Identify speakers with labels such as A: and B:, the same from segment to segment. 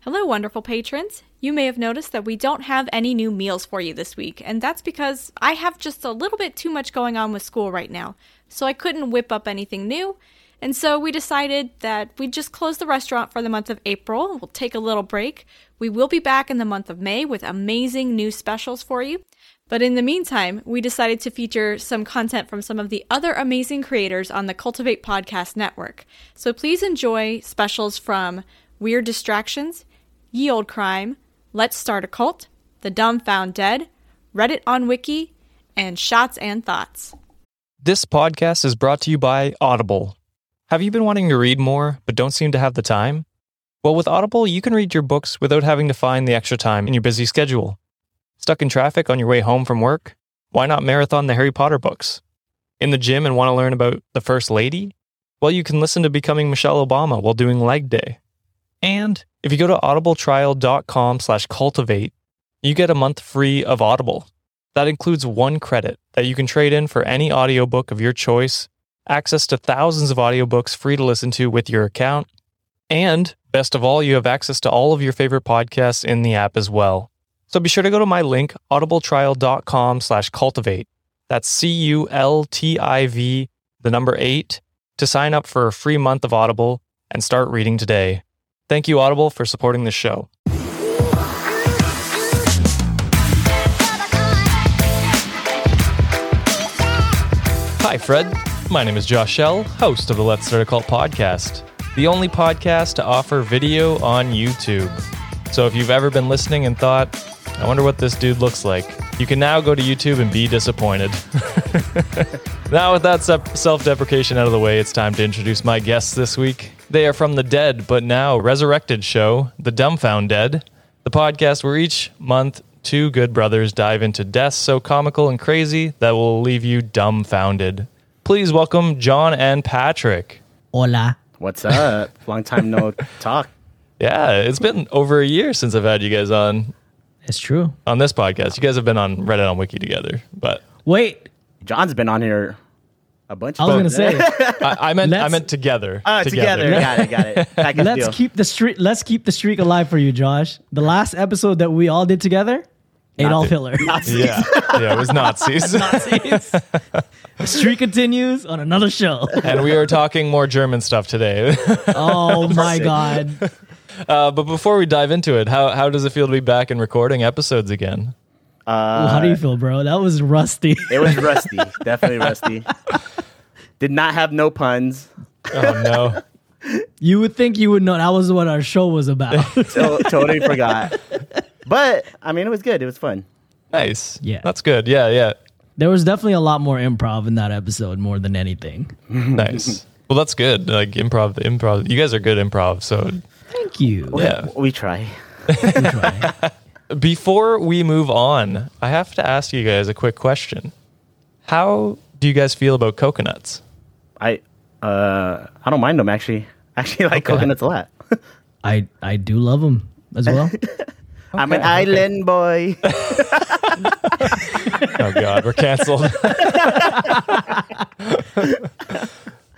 A: Hello, wonderful patrons. You may have noticed that we don't have any new meals for you this week, and that's because I have just a little bit too much going on with school right now, so I couldn't whip up anything new. And so we decided that we'd just close the restaurant for the month of April. We'll take a little break. We will be back in the month of May with amazing new specials for you. But in the meantime, we decided to feature some content from some of the other amazing creators on the Cultivate Podcast Network. So please enjoy specials from Weird Distractions, Ye Old Crime, Let's Start a Cult, The Dumb Found Dead, Reddit on Wiki, and Shots and Thoughts.
B: This podcast is brought to you by Audible. Have you been wanting to read more, but don't seem to have the time? Well, with Audible, you can read your books without having to find the extra time in your busy schedule. Stuck in traffic on your way home from work? Why not marathon the Harry Potter books? In the gym and want to learn about the First Lady? Well, you can listen to Becoming Michelle Obama while doing leg day. And if you go to audibletrial.com slash cultivate, you get a month free of Audible. That includes one credit that you can trade in for any audiobook of your choice, access to thousands of audiobooks free to listen to with your account, and best of all, you have access to all of your favorite podcasts in the app as well. So be sure to go to my link, audibletrial.com slash cultivate. That's C-U-L-T-I-V, the number eight, to sign up for a free month of Audible and start reading today. Thank you, Audible, for supporting this show. Hi, Fred. My name is Josh Shell, host of the Let's Start a Cult podcast, the only podcast to offer video on YouTube. So if you've ever been listening and thought, I wonder what this dude looks like, you can now go to YouTube and be disappointed. now, with that self deprecation out of the way, it's time to introduce my guests this week. They are from the dead, but now resurrected show, The Dumbfound Dead, the podcast where each month two good brothers dive into deaths so comical and crazy that will leave you dumbfounded. Please welcome John and Patrick.
C: Hola.
D: What's up? Long time no talk.
B: Yeah, it's been over a year since I've had you guys on
C: It's true.
B: on this podcast. You guys have been on Reddit on Wiki together, but
C: Wait,
D: John's been on here a bunch.
C: I was gonna say
B: I, I meant I
C: Let's-
B: meant together.
D: uh, together. got it. Got it. Package
C: let's
D: deal.
C: keep the streak let's keep the streak alive for you, Josh. The last episode that we all did together, Adolf Hitler.
B: Yeah, yeah, it was Nazis.
C: the streak continues on another show.
B: and we are talking more German stuff today.
C: Oh my god.
B: Uh, but before we dive into it, how, how does it feel to be back and recording episodes again?
C: How do you feel, bro? That was rusty.
D: It was rusty. Definitely rusty. Did not have no puns
B: Oh no.
C: You would think you would know that was what our show was about.
D: so totally forgot. But I mean, it was good. It was fun.
B: Nice.
C: Yeah.
B: That's good. Yeah, yeah.
C: there was definitely a lot more improv in that episode more than anything.
B: Nice. well, that's good. Like improv improv. You guys are good improv, so
C: Thank you.
B: yeah.
D: We try.
B: Before we move on, I have to ask you guys a quick question. How do you guys feel about coconuts?
D: I uh, I don't mind them actually. Actually, I like coconuts a lot.
C: I I do love them as well.
D: I'm an island boy.
B: Oh god, we're canceled.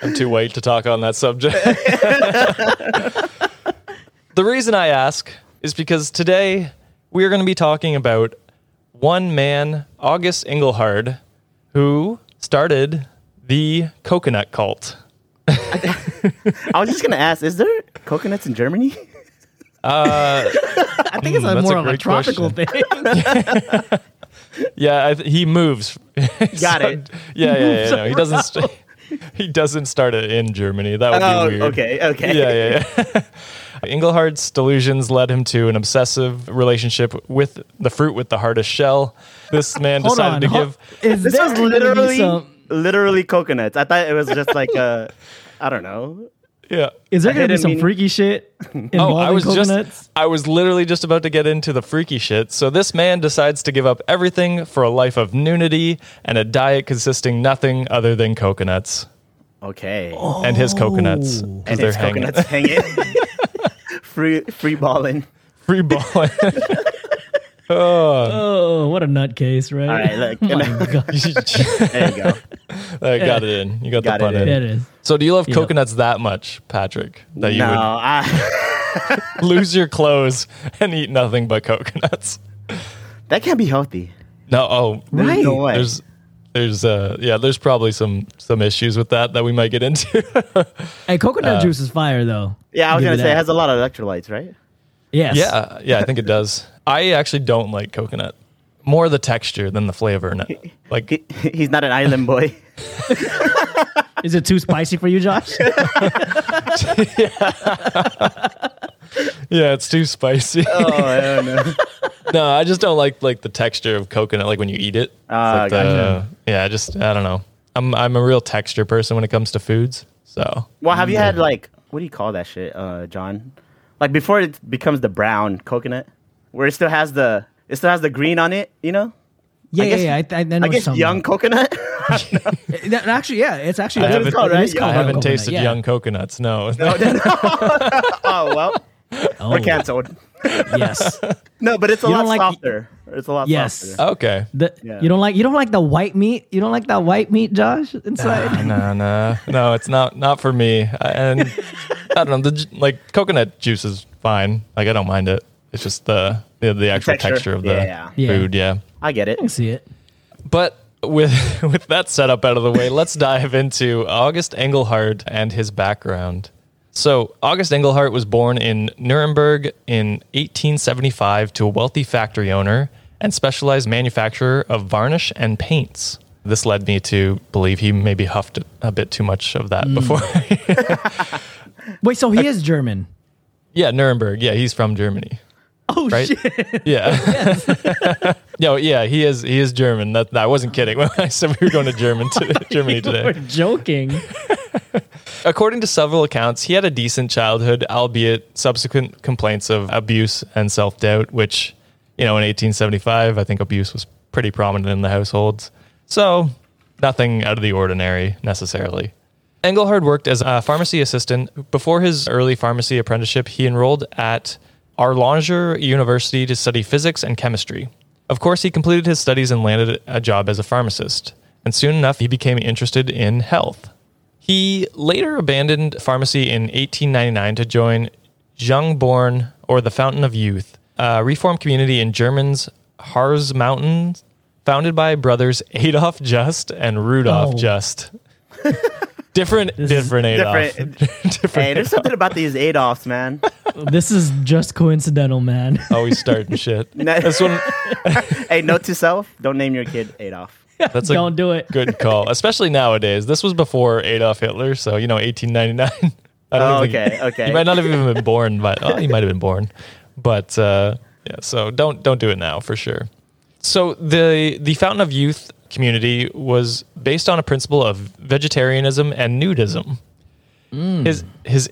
B: I'm too white to talk on that subject. the reason I ask is because today we are going to be talking about one man, August Engelhard, who started the coconut cult.
D: I was just gonna ask: Is there coconuts in Germany?
C: I think it's
B: Hmm,
C: a
B: that's
C: more
B: a
C: of a
B: great
C: tropical thing.
B: Yeah, I th- he moves.
D: Got it.
B: Yeah, yeah, yeah. No, he doesn't. St- he doesn't start it in Germany. That would
D: Oh,
B: be weird.
D: okay, okay.
B: Yeah, yeah, yeah. Engelhard's delusions led him to an obsessive relationship with the fruit with the hardest shell. This man
C: Hold
B: decided
C: on.
B: to
C: hold-
B: give.
C: is
D: This
C: there
D: was
C: gonna be
D: literally,
C: some-
D: literally coconuts. I thought it was just like a, I don't know,
B: Yeah.
C: Is there gonna be
D: didn't
C: some
D: mean-
C: freaky shit involving
B: Oh, I was
C: coconuts?
B: just I was literally just about to get into the freaky shit. So this man decides to give up everything for a life of nudity and a diet consisting nothing other than coconuts
D: Okay.
B: and his coconuts. 'cause
D: and
B: Oh, they're
D: it's
B: hanging.
D: coconuts hanging. free free balling.
B: Free balling.
C: oh, what a nutcase, right? Oh,
D: All right, look.
B: I
D: there you go.
B: got it in. You got,
D: Got
B: the pun in.
D: it in.
C: Yeah, it is.
B: So do you love coconuts that much, Patrick, that you
D: no, I,
B: would lose your clothes and eat nothing but coconuts?
D: that can't be healthy.
B: No, oh,
D: There's no
B: right.
D: way.
B: There's, there's, uh, yeah, there's probably some some issues with that that we might get into.
C: Hey, coconut juice is fire though.
D: Yeah, I was
C: Give
D: gonna say it
C: that.
D: has a lot of electrolytes, right?
C: Yes.
B: yeah, yeah, I think it does. I actually don't like coconut. More the texture than the flavor. in it. Like,
D: He- He's not an island boy.
C: Is it too spicy for you, Josh?
B: yeah, it's too spicy.
D: oh, I don't know.
B: no, I just don't like like the texture of coconut. Like when you eat it. It's
D: Ah,
B: like the- yeah, I just I don't know. I'm I'm a real texture person when it comes to foods. So
D: Well, have you had like what do you call that shit, uh, John? Like before it becomes the brown coconut, where it still has the it still has the green on it, you know?
C: yeah,
D: guess-
C: yeah, yeah. I, I, I know
D: I guess
C: some.
D: young coconut.
C: That- actually, yeah, it's actually.
B: I
C: good.
B: haven't-
C: It is
D: Right, yeah.
B: I
C: called
D: Oh,
C: brown
B: haven't
C: coconut,
B: tasted
C: yeah.
B: young coconuts. No,
D: oh well,
C: Oh,
D: we're canceled.
C: yes.
D: No, but it's a
C: You
D: lot
C: don't like-
D: softer. It's a lot
C: Yes.
D: softer.
B: okay.
C: The-
D: Yeah.
C: You don't like you don't like the white meat. You don't like that white meat, Josh. Inside.
D: Ah.
B: no, no, no. It's not not for me. I, and I don't know. The ju- like coconut juice is fine. Like I don't mind it. It's just the the, the actual
D: texture.
B: texture. of the
D: Yeah.
C: Yeah.
B: food. Yeah.
D: I get it.
C: I see it.
B: But with with that setup out of the way, let's dive into August Engelhard and his background. So August Engelhard was born in Nuremberg in 1875 to a wealthy factory owner and specialized manufacturer of varnish and paints. This led me to believe he maybe huffed a bit too much of that before
C: Wait, so he is German.
B: Yeah, Nuremberg. Yeah, he's from Germany.
C: Oh
B: Right?
C: shit!
B: Yeah. no, yeah, he is he is German. That I wasn't kidding when I said we were going to German to, Germany
C: We're
B: today.
C: joking.
B: According to several accounts, he had a decent childhood, albeit subsequent complaints of abuse and self-doubt, which, you know, in 1875, I think abuse was pretty prominent in the households. So, nothing out of the ordinary necessarily. Engelhard worked as a pharmacy assistant. Before his early pharmacy apprenticeship, he enrolled at Erlanger University to study physics and chemistry. Of course, he completed his studies and landed a job as a pharmacist. And soon enough, he became interested in health. He later abandoned pharmacy in 1899 to join Jungborn, or the Fountain of Youth, a reformed community in German's Harz Mountains, founded by brothers Adolf Just and Rudolf
C: Oh.
B: Just. different, different Adolf.
D: different.
B: different
D: Hey, there's something about these Adolfs, man.
C: this is just coincidental, man.
B: Always starting shit.
D: No.
B: That's one.
D: hey, note to self: don't name your kid Adolf.
B: That's a
C: Don't do it.
B: Good call, especially nowadays. This was before Adolf Hitler, so you know, 1899. I even
D: Oh, okay, okay.
B: You might not have even been born, but oh, you might have been born. But uh, yeah, so don't don't do it now for sure. So the the Fountain of Youth community was based on a principle of vegetarianism and nudism.
D: Mm.
B: His his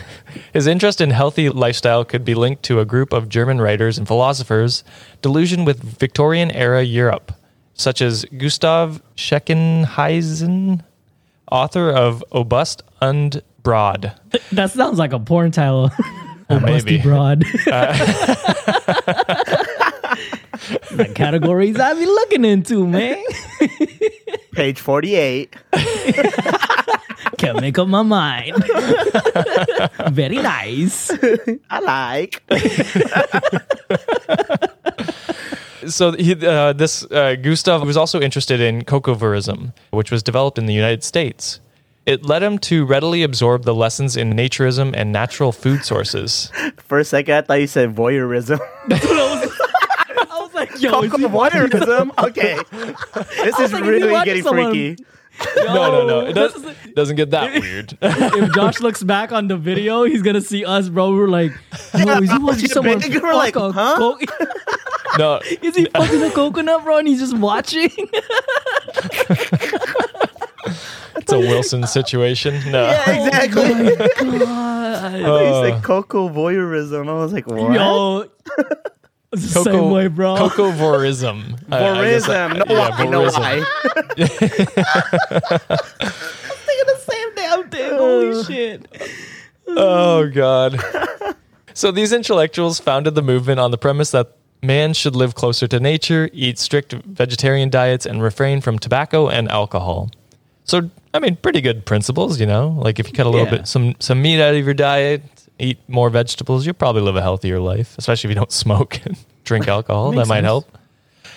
B: his interest in healthy lifestyle could be linked to a group of German writers and philosophers delusion with Victorian era Europe, such as Gustav Scheckenheisen, author of Obust und Broad.
C: That sounds like a porn title.
B: Uh,
C: Musty broad. the categories I be looking into, man.
D: Page forty-eight.
C: Can't make up my mind. Very nice.
D: I like.
B: so he, uh, this uh, Gustav was also interested in cocovrism, which was developed in the United States. It led him to readily absorb the lessons in naturism and natural food sources.
D: For a second, I thought you said voyeurism.
C: I was like, yo,
D: Coco
C: is he-
D: voyeurism? Okay. This is
C: like, if you
D: really
C: watch
D: getting
C: someone-
D: freaky.
B: No, no, no. It
C: This
B: does, doesn't get that weird.
C: if Josh looks back on the video, he's gonna see us, bro. We're like, yo, is he watching someone
D: We're
C: fuck
D: like,
C: a
D: huh?
C: co-
B: No,
C: Is he fucking a coconut, bro? And he's just watching.
B: it's a Wilson situation. No.
D: exactly.
B: Uh,
D: it's like Coco voyeurism. I was like, what?
C: Yo, it's the same way, bro.
B: Coco vorism. I- I guess I-
D: Voyeurism. No,
B: yeah,
D: why? No,
B: voyeurism.
D: why?
C: Thinking the same damn thing. Holy shit.
B: Oh God. so these intellectuals founded the movement on the premise that man should live closer to nature, eat strict vegetarian diets, and refrain from tobacco and alcohol. So I mean, pretty good principles, you know. Like if you cut a little
C: Yeah.
B: bit some some meat out of your diet, eat more vegetables, you'll probably live a healthier life, especially if you don't smoke and drink alcohol. that
C: Makes
B: might
C: sense.
B: help.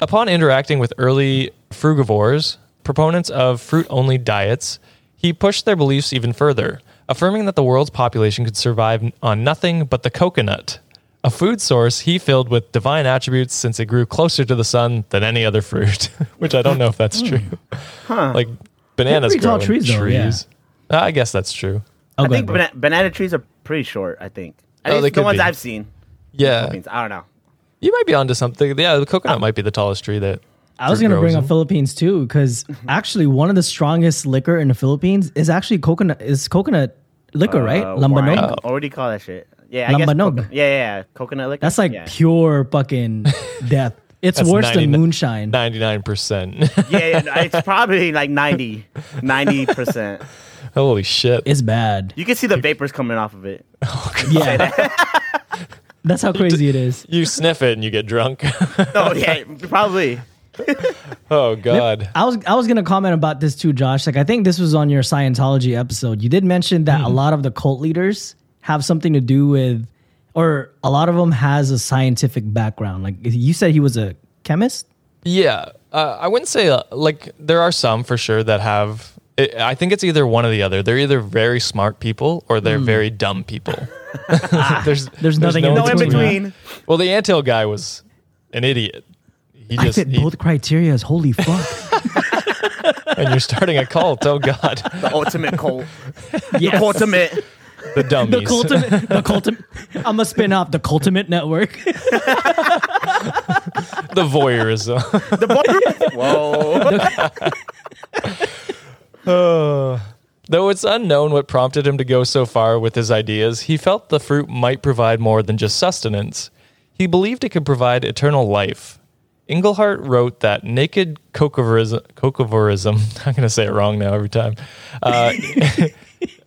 B: Upon interacting with early frugivores, proponents of fruit only diets, he pushed their beliefs even further, affirming that the world's population could survive on nothing but the coconut, a food source he filled with divine attributes since it grew closer to the sun than any other fruit, which I don't know if that's true. Like bananas
C: Hmm. pretty
B: grow
C: tall
B: in trees.
C: trees though, yeah.
B: Uh, I guess that's true.
C: Oh,
D: I
C: go ahead,
D: think
C: bro.
D: bana- banana trees are pretty short. I think. At
B: Oh,
D: least
B: they
D: the
B: could
D: ones
B: be.
D: I've seen.
B: Yeah.
D: Means- I don't know.
B: You might be onto something. Yeah, the coconut might be the tallest tree that
C: I was
B: fruit
C: going to
B: grows
C: bring
B: in.
C: up Philippines too, because actually one of the strongest liquor in the Philippines is actually coconut. Is coconut liquor, right?
D: Uh,
C: Lambanog.
D: wine. Or what do you call that shit? Yeah, I guess
C: Lambanog.
D: coco- yeah, yeah, yeah, coconut liquor.
C: That's like
D: yeah.
C: pure fucking death. It's
B: That's
C: worse
B: 99
C: than moonshine.
B: 99%.
D: yeah, yeah, no, it's probably like 90 percent.
B: Holy shit.
C: It's bad.
D: You can see the vapors coming off of it.
C: Yeah. That's how crazy it is.
B: You sniff it and you get drunk.
D: Oh yeah, probably.
B: oh God.
C: I was I was gonna comment about this too, Josh. Like I think this was on your Scientology episode. You did mention that a
B: Mm-hmm.
C: lot of the cult leaders have something to do with, or a lot of them has a scientific background. Like you said, he was a chemist.
B: Yeah, uh, I wouldn't say uh, like there are some for sure that have. It, I think it's either one or the other. They're either very smart people or they're very dumb people. there's
C: Hmm. There's nothing in
D: No in
C: between.
D: between.
B: Well, the Antil guy was an idiot. He
C: I
B: just
C: fit
B: he-
C: both criterias. Holy fuck!
B: and you're starting a cult. Oh God,
D: The ultimate cult.
C: yes.
D: ultimate.
B: the dummies.
C: The cultimate, the cultimate. I'm gonna spin off the cultimate network.
B: the voyeurism.
D: The boy. Whoa.
B: Though it's unknown what prompted him to go so far with his ideas, he felt the fruit might provide more than just sustenance. He believed it could provide eternal life. Englehart wrote that naked cocovorism, cocovorism I'm going to say it wrong now every time, uh,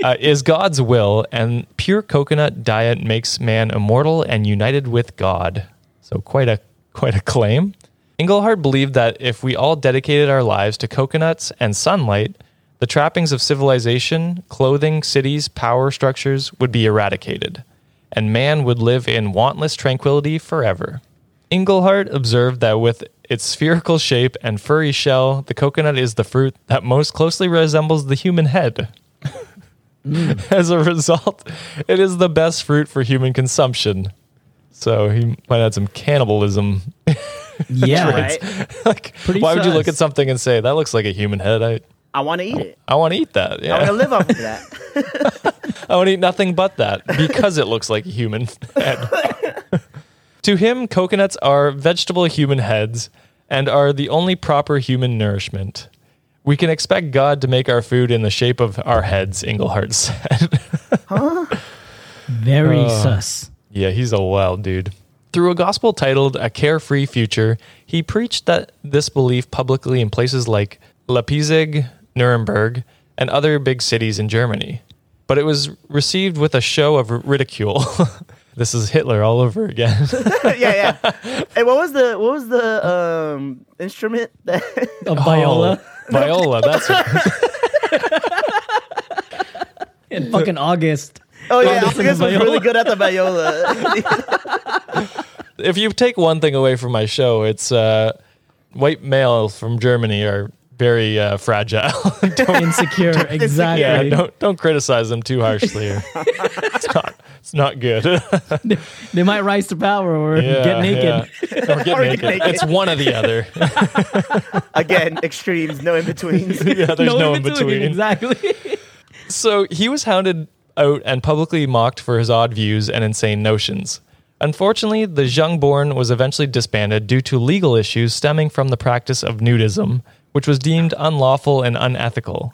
B: uh, is God's will, and pure coconut diet makes man immortal and united with God. So quite a quite a claim. Englehart believed that if we all dedicated our lives to coconuts and sunlight, the trappings of civilization, clothing, cities, power structures would be eradicated, and man would live in wantless tranquility forever. Englehart observed that with its spherical shape and furry shell, the coconut is the fruit that most closely resembles the human head. As a result, it is the best fruit for human consumption. So he might add some cannibalism.
C: yeah,
D: Right.
B: like,
C: Pretty
B: why would you look
C: sus.
B: at something and say that looks like a human head? I
D: I want to eat it.
B: I want to eat that.
D: I want to
B: Yeah,
D: live off of that.
B: I want to eat nothing but that because it looks like a human head. to him, coconuts are vegetable human heads and are the only proper human nourishment. We can expect God to make our food in the shape of our heads, Englehart said.
C: very
B: Uh.
C: sus.
B: Yeah, he's a wild dude. Through a gospel titled A Carefree Future, he preached that this belief publicly in places like Leipzig, Nuremberg, and other big cities in Germany. But it was received with a show of ridicule. this is Hitler all over again.
D: yeah, yeah. Hey, what was the what was the um instrument that
C: A viola
B: Oh, Viola, that's
C: in fucking August.
D: Oh yeah,
C: this is
D: August was
C: viola.
D: really good at the uh, viola.
B: if you take one thing away from my show, it's uh, white males from Germany are very uh, fragile.
C: Insecure, exactly.
B: yeah, don't don't criticize them too harshly. or- it's not it's not good.
C: They might rise to power or get naked.
B: yeah. Or get
D: Or
B: naked.
D: get naked.
B: It's one or the other.
D: Again, extremes, no in betweens.
B: yeah, there's no, in between.
C: Exactly.
B: So he was hounded out and publicly mocked for his odd views and insane notions. Unfortunately, the Zhengborn was eventually disbanded due to legal issues stemming from the practice of nudism, which was deemed unlawful and unethical.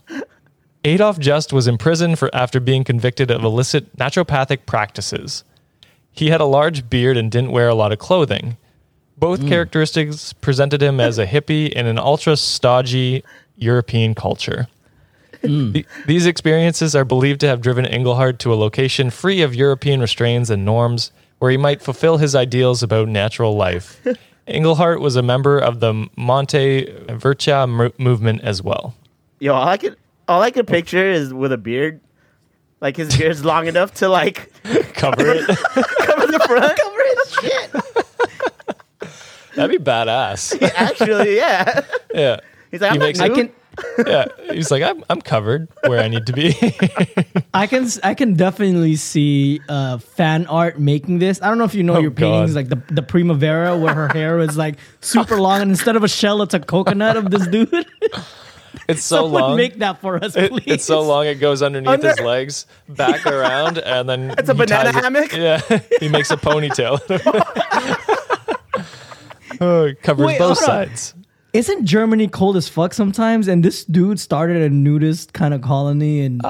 B: Adolf Just was imprisoned for after being convicted of illicit naturopathic practices. He had a large beard and didn't wear a lot of clothing. Both characteristics presented him as a hippie in an ultra stodgy European culture. The- these experiences are believed to have driven Engelhard to a location free of European restraints and norms where he might fulfill his ideals about natural life. Engelhart was a member of the Monte Vercha mo- movement as well.
D: Yo, all I could all I could picture is with a beard. Like his beard's long enough to like
B: Cover it.
D: cover the front. cover his shit.
B: That'd be badass.
D: Actually, yeah.
B: Yeah.
D: He's like,
B: He
D: I'm not
B: makes-
C: I
D: new.
C: can
B: Yeah. He's like, I'm, I'm covered where I need to be.
C: I can I can definitely see uh, fan art making this. I don't know if you know your paintings
B: God.
C: like the the Primavera where her hair was like super long and instead of a shell it's a coconut of this dude.
B: It's so
C: Someone
B: long.
C: make that for us,
B: It-
C: please.
B: it's so long it goes underneath his
D: Under-
B: legs, back around, and then it's
D: a banana hammock?
B: Yeah, he makes a ponytail. oh, it covers
C: Wait,
B: both
C: hold on.
B: sides.
C: Isn't Germany cold as fuck sometimes? And this dude started a nudist kind of colony and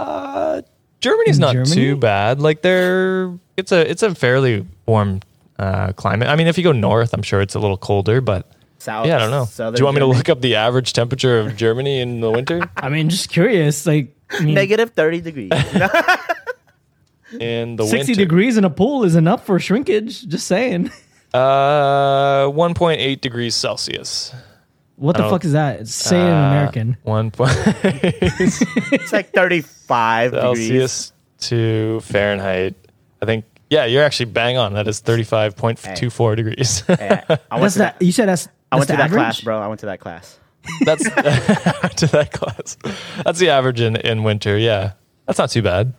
B: Germany's not
C: Germany?
B: too bad. Like they're it's a it's a fairly warm uh, climate. I mean, if you go north, I'm sure it's a little colder, but
D: South.
B: yeah, I don't know. Do you want me to look up the average temperature of Germany in the winter?
C: I mean just curious like I mean,
D: Negative thirty degrees.
B: In the
C: 60
B: winter,
C: degrees in a pool is enough for shrinkage, just saying.
B: uh, 1.8 degrees Celsius.
C: What the
B: don't-
C: fuck is that? Say it in
B: Uh,
C: American.
B: One point
D: it's like thirty-five degrees.
B: Celsius to Fahrenheit. I think. Yeah, you're actually bang on. That is 35.24 degrees.
D: Yeah, I went
C: That's
D: to that.
C: that, you said that's,
D: I went
C: that's
D: to
C: the
D: that class,
C: average?
D: bro. I went to that class.
B: That's to that class. That's the average in, in winter. Yeah, that's not too bad.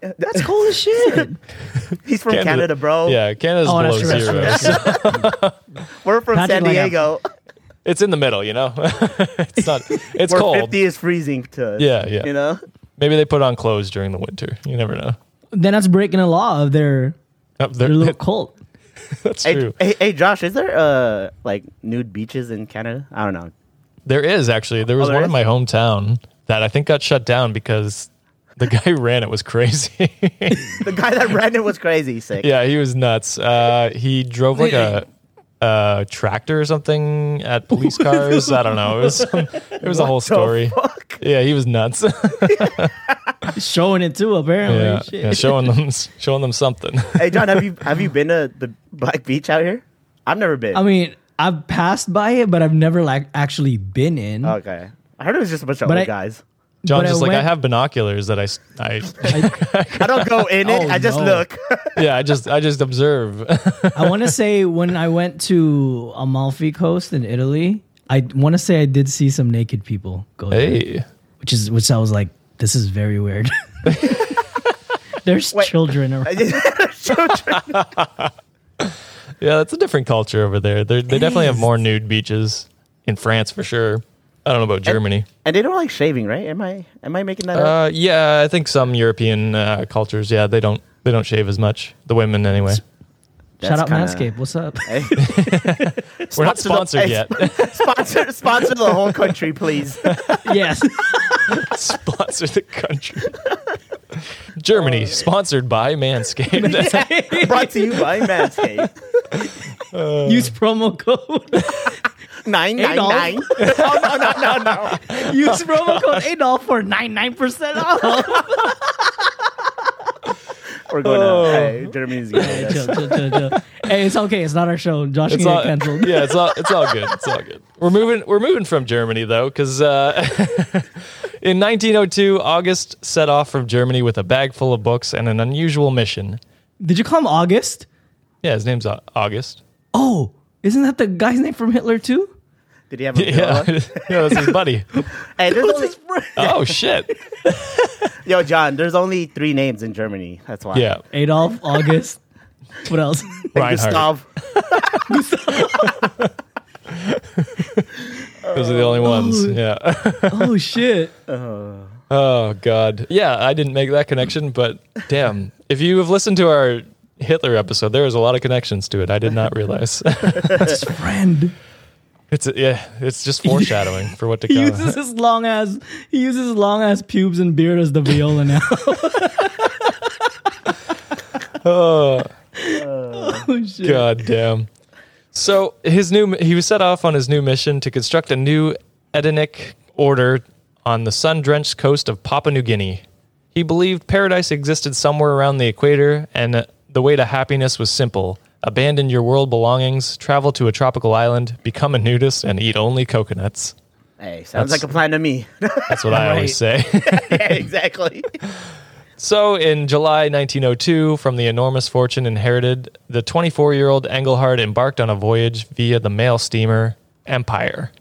C: Uh, That's cold as shit.
D: He's from Canada, bro.
B: Yeah, Canada's
C: Oh,
B: below
C: that's true,
B: zero.
C: that's
B: so
D: We're from
C: Patrick,
D: San
C: like, I'm-
D: Diego.
B: it's in the middle. You know, it's not. It's
D: Where
B: cold.
D: fifty is freezing to us.
B: Yeah, yeah.
D: You know?
B: Maybe they put on clothes during the winter. You never know.
C: then that's breaking a law of their
B: Up there,
C: their little cult.
B: that's
D: Hey,
B: true.
D: hey, hey, Josh, is there uh like nude beaches in Canada? I don't know.
B: There is actually. There was
D: Oh, there
B: one in
D: is?
B: my hometown that I think got shut down because the guy who ran it was crazy.
D: The guy that ran it was crazy sick.
B: yeah, he was nuts. Uh, he drove like a, a tractor or something at police cars. I don't know. It was some, it was a whole story. Yeah, he was nuts.
C: Showing it too, apparently.
B: yeah,
C: Shit.
B: yeah, showing them showing them something.
D: Hey John, have you have you been to the Black Beach out here? I've never been.
C: I mean, I've passed by it, but I've never like actually been in.
D: okay. I heard it was just a bunch of
C: But
D: old
C: I-
D: guys.
B: John's
C: I
B: just like I
C: went-
B: have binoculars that I, s- I-
D: I don't go in it.
C: Oh,
D: I just
C: no.
D: look.
B: yeah I just I just observe.
C: I want to say when I went to Amalfi Coast in Italy, I want to say I did see some naked people go there,
B: hey,
C: which is which I was like, this is very weird. There's children around.
B: yeah, that's a different culture over there. They're, they definitely have more nude beaches in France for sure. I don't know about Germany.
D: and they don't like shaving, right? Am I am I making that up?
B: Uh, yeah, I think some European uh, cultures, yeah, they don't they don't shave as much. The women, anyway.
C: Shout out
D: kinda-
C: Manscaped. What's up?
B: We're not
D: Sponsor
B: sponsored
D: the-
B: yet.
D: sponsor sponsor the whole country, please.
C: yes.
B: sponsor the country. Germany, sponsored by Manscaped.
D: Brought to you by Manscaped.
C: Use promo code.
D: Nine nine
C: Adolf.
D: nine. Oh no no no no.
C: Use promo code Adolf for 99% off.
D: We're going
B: Oh.
D: to hey, Germany's going
C: Hey,
D: to
C: chill, chill, chill, chill. Hey, it's okay. It's not our show. Josh can
B: It's
C: get
B: all,
C: canceled.
B: yeah, it's all it's all good. It's all good. We're moving we're moving from Germany though, because uh, in 1902, August set off from Germany with a bag full of books and an unusual mission.
C: Did you call him August?
B: Yeah, his name's Au- August.
C: Oh, isn't that the guy's name from Hitler too?
D: Did he have a
B: Yeah,
D: yeah.
B: yeah, that's his buddy.
D: Hey, there's only,
B: Oh shit.
D: yo, John, there's only three names in Germany. That's why.
B: Yeah,
C: Adolf, August. what else?
B: Reinhardt.
D: Gustav.
B: Those are the only ones. Yeah.
C: oh shit.
B: Oh God. Yeah, I didn't make that connection, but damn. If you have listened to our Hitler episode, there was a lot of connections to it. I did not realize.
C: That's his friend.
B: It's yeah, it's just foreshadowing for what to come.
C: He uses his long ass. He uses his long ass pubes and beard as the viola now.
B: Oh,
C: oh shit!
B: God damn. So his new he was set off on his new mission to construct a new Edenic order on the sun-drenched coast of Papua New Guinea. He believed paradise existed somewhere around the equator and that the way to happiness was simple. Abandon your world belongings, travel to a tropical island, become a nudist and eat only coconuts.
D: Hey, sounds
B: That's-
D: like a plan to me.
B: That's what I always say.
D: yeah, exactly.
B: So, in July 1902, from the enormous fortune inherited, the 24 year old Engelhard embarked on a voyage via the mail steamer Empire.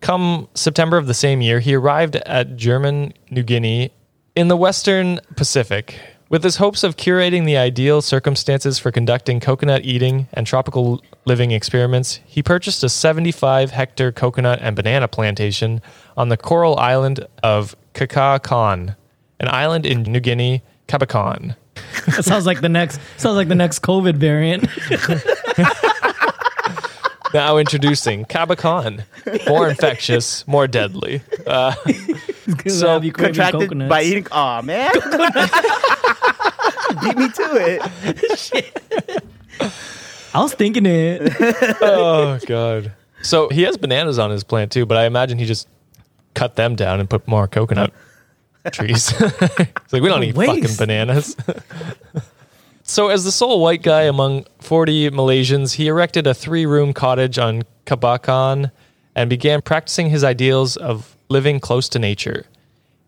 B: Come September of the same year, he arrived at German New Guinea in the Western Pacific with his hopes of curating the ideal circumstances for conducting coconut eating and tropical living experiments. He purchased a 75 hectare coconut and banana plantation on the coral island of Kakakan, an island in New Guinea, Capricorn.
C: That sounds like the next. Sounds like the next COVID variant.
B: Now introducing Capricorn, more infectious, more deadly. So,
C: Have you craving
D: Contracted
C: coconuts?
D: by eating. Aw, man. Beat me to it.
C: I was thinking it.
B: oh god. So he has bananas on his plant too, but I imagine he just cut them down and put more coconut trees. it's like we don't need fucking
C: waste.
B: bananas. so as the sole white guy among 40 Malaysians, he erected a three-room cottage on Kabakan and began practicing his ideals of living close to nature.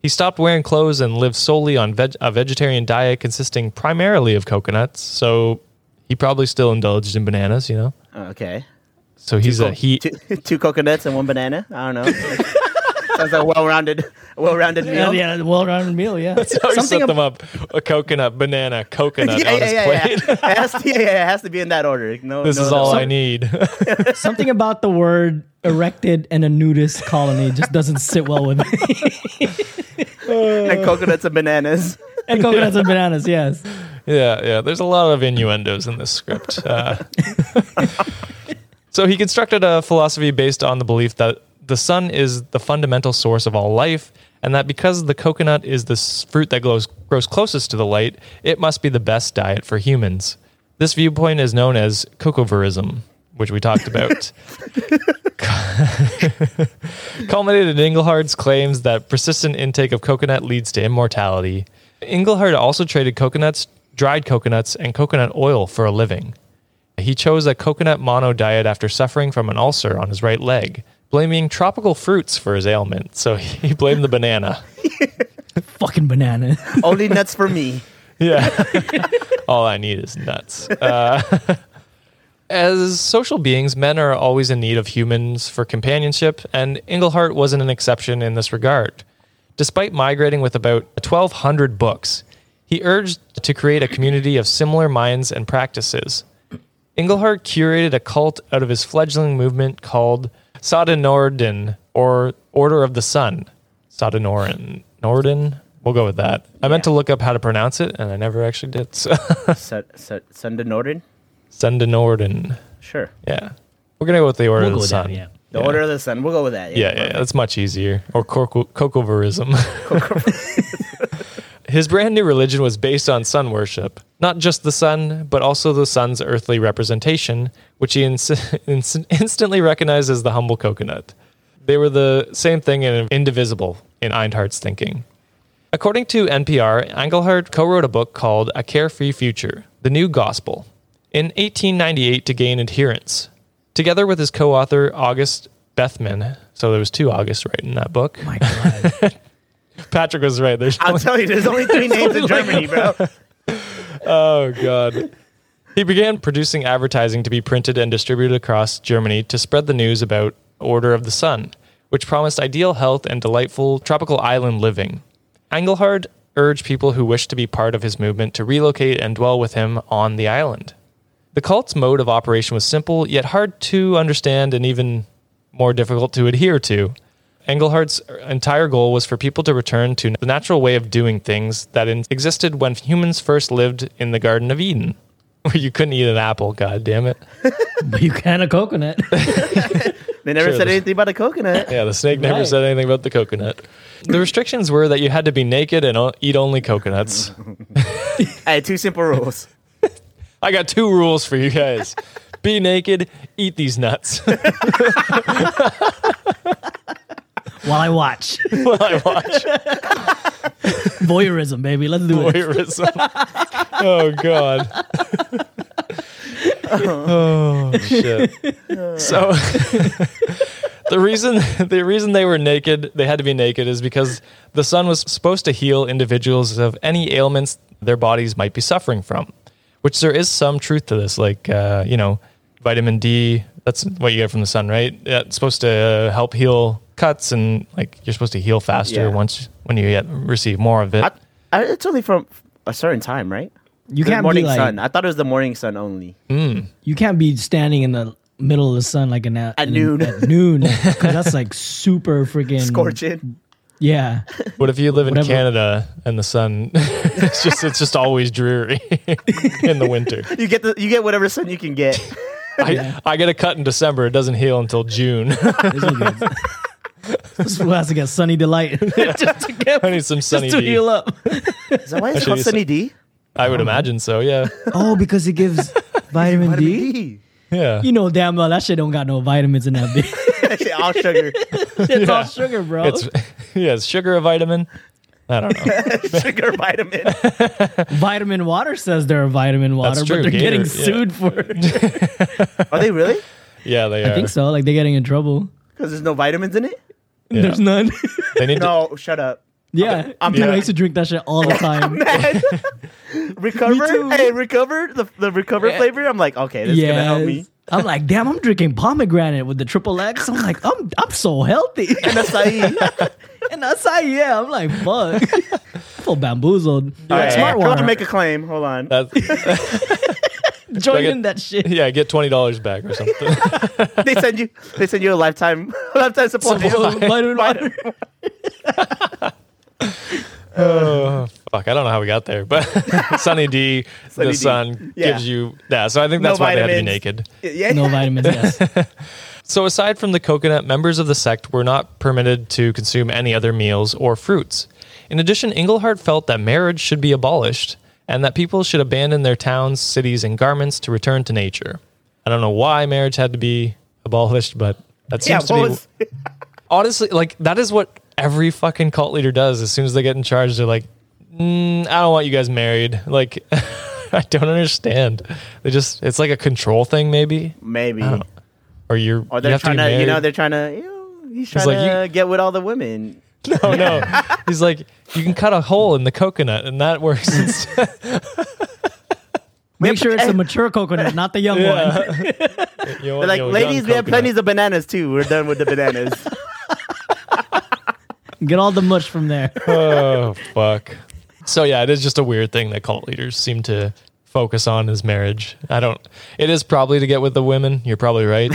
B: He stopped wearing clothes and lived solely on veg- a vegetarian diet consisting primarily of coconuts. So he probably still indulged in bananas, you know.
D: Okay.
B: So he's a he
D: Two, two coconuts and one banana. I don't know. Sounds like a well-rounded, well-rounded
C: yeah,
D: meal.
C: yeah, well-rounded meal. Yeah,
B: How he set
C: ab-
B: them up. A coconut, banana, coconut
D: yeah,
B: on his
D: yeah, yeah,
B: plate.
D: yeah. It has to, yeah, yeah, it has to be in that order. No,
B: This
D: no,
B: is
D: no.
B: all I need.
C: something about the word erected in a nudist colony just doesn't sit well with me.
D: and coconuts and bananas.
C: and coconuts and bananas, yes.
B: yeah, yeah. There's a lot of innuendos in this script. Uh, so he constructed a philosophy based on the belief that the sun is the fundamental source of all life, and that because the coconut is the s- fruit that glows, grows closest to the light, it must be the best diet for humans. This viewpoint is known as cocoverism, which we talked about. culminated in Engelhard's claims that persistent intake of coconut leads to immortality. Engelhard also traded coconuts, dried coconuts, and coconut oil for a living. He chose a coconut mono diet after suffering from an ulcer on his right leg, blaming tropical fruits for his ailment. So he blamed the banana.
C: Fucking banana.
D: Only nuts for me.
B: Yeah. All I need is nuts. Uh, as social beings, men are always in need of humans for companionship, and Englehart wasn't an exception in this regard. Despite migrating with about 1,200 books, he urged to create a community of similar minds and practices. Engelhart curated a cult out of his fledgling movement called Sadanorden, or Order of the Sun. Sadanorin. Norden? We'll go with that. I meant to look up how to pronounce it, and I never actually did. So.
D: Sun, sun, sun to Norden.
B: Sundanorden.
D: Sure.
B: Yeah. We're going to go with the Order
C: We'll
B: of the
C: go with
B: Sun.
C: that, yeah.
D: The order of the sun. We'll go with that.
B: Yeah, yeah, yeah, that's much easier. Or Corco- Cocoverism. His brand new religion was based on sun worship, not just the sun, but also the sun's earthly representation, which he ins- ins- instantly recognized as the humble coconut. They were the same thing and indivisible in Einhardt's thinking. According to NPR, Engelhardt co wrote a book called A Carefree Future The New Gospel in 1898 to gain adherents. Together with his co author, August Bethman, so there was two Augusts right in that book.
C: My God.
B: Patrick was right. There's
D: I'll tell you, there's only three names in Germany, bro.
B: Oh god. He began producing advertising to be printed and distributed across Germany to spread the news about Order of the Sun, which promised ideal health and delightful tropical island living. Engelhard urged people who wished to be part of his movement to relocate and dwell with him on the island. The cult's mode of operation was simple, yet hard to understand and even more difficult to adhere to. Engelhardt's entire goal was for people to return to the natural way of doing things that in- existed when humans first lived in the Garden of Eden, where you couldn't eat an apple, god damn it.
C: but you can a coconut.
D: They never
B: Sure,
D: said
B: this-
D: anything about a coconut.
B: Yeah, the snake never
C: Right.
B: said anything about the coconut. The restrictions were that you had to be naked and o- eat only coconuts.
D: Hey, two simple rules.
B: I got two rules for you guys be naked, eat these nuts.
C: while I watch.
B: While I watch
C: Voyeurism, baby. Let's do it.
B: voyeurism. oh, God. oh, shit. So. The reason the reason they were naked, they had to be naked, is because the sun was supposed to heal individuals of any ailments their bodies might be suffering from. Which there is some truth to this, like uh, you know, vitamin D. That's what you get from the sun, right? That's supposed to help heal cuts, and like you're supposed to heal faster
D: Yeah.
B: once when you get receive more of it.
D: I, I, it's only from a certain time, right?
C: You
D: The
C: can't
D: morning
C: be like
D: sun. I thought it was the morning sun only.
C: you can't be standing in the middle of the sun like in a,
D: At
C: in-
D: noon.
C: At noon, 'cause that's like super freaking
D: Scorching.
C: Yeah,
B: What if you live in
C: Whatever.
B: Canada and the sun? it's just it's just always dreary in the winter.
D: You get the you get whatever sun you can get.
B: I, I get a cut in December. It doesn't heal until June.
C: this one gets- this one has to get sunny delight just to get
B: I need some sunny
C: just to
B: D.
C: heal up.
D: Is that why it's
B: Actually,
D: called
B: it's-
D: Sunny D?
B: I would imagine so. Yeah,
C: Oh, because it gives vitamin, D.
D: Vitamin D.
B: yeah.
C: You know damn well that shit don't got no vitamins in that bitch.
D: All sugar.
C: it's
B: Yeah.
C: all sugar, bro.
B: It's yeah. Is sugar a vitamin? I don't know.
D: sugar vitamin.
C: vitamin water says they're a vitamin water,
B: true,
C: but they're
B: Gator-
C: getting
B: yeah.
C: sued for it.
D: Are they really?
B: Yeah, they are.
C: I think so. Like they're getting in trouble.
D: Because there's no vitamins in it?
B: Yeah.
C: There's none.
B: They need to.
D: No, shut up.
C: yeah,
D: I'm
C: dude,
D: not-
C: I used to drink that shit all the time.
D: recover?
C: too.
D: Hey, recover? The, the recover flavor? I'm like, okay, this is going to help me.
C: Yes. I'm like, damn, I'm drinking pomegranate with the triple X. I'm like, I'm I'm so healthy.
D: And acai.
C: and that's how yeah, I'm like, fuck. I feel bamboozled.
D: All
C: Like,
D: right,
C: smart
D: I'm about to
C: water.
D: make a claim. Hold on.
B: That's,
C: Join
B: like a-
C: in that shit.
B: yeah, get twenty dollars back or something.
D: they send you. They send you a lifetime, lifetime supply.
C: Oh, vitamin water.
B: oh, fuck! I don't know how we got there, but Sunny D,
D: Sunny
B: the
D: D.
B: sun
D: Yeah.
B: gives you. Yeah, so I think that's
D: No
B: why they had to be
D: vitamins.
B: naked.
D: Yeah,
C: No vitamins, yes.
B: So, aside from the coconut, members of the sect were not permitted to consume any other meals or fruits. In addition, Englehart felt that marriage should be abolished and that people should abandon their towns, cities, and garments to return to nature. I don't know why marriage had to be abolished, but that
D: yeah.
B: seems
D: What
B: to be
D: was,
B: honestly like that is what every fucking cult leader does. As soon as they get in charge, they're like, mm, "I don't want you guys married." Like, I don't understand. They just it's like a control thing, maybe,
D: maybe.
B: or you're
D: Or
B: you
D: they're
B: have
D: trying
B: to,
D: to,
B: be
D: you know,
B: married.
D: they're trying to, you know, he's trying
B: like,
D: to
B: you-
D: get with all the women.
B: Oh no. He's like, you can cut a hole in the coconut and that works. instead."
C: Make sure it's a mature coconut, not the young one.
B: You know,
D: They're like,
B: you know,
D: ladies,
B: young
D: we have
B: coconut."
D: plenty of bananas too. We're done with the bananas.
C: Get all the mush from there.
B: Oh fuck. So yeah, it is just a weird thing that cult leaders seem to focus on is marriage. I don't it is probably to get with the women, you're probably right.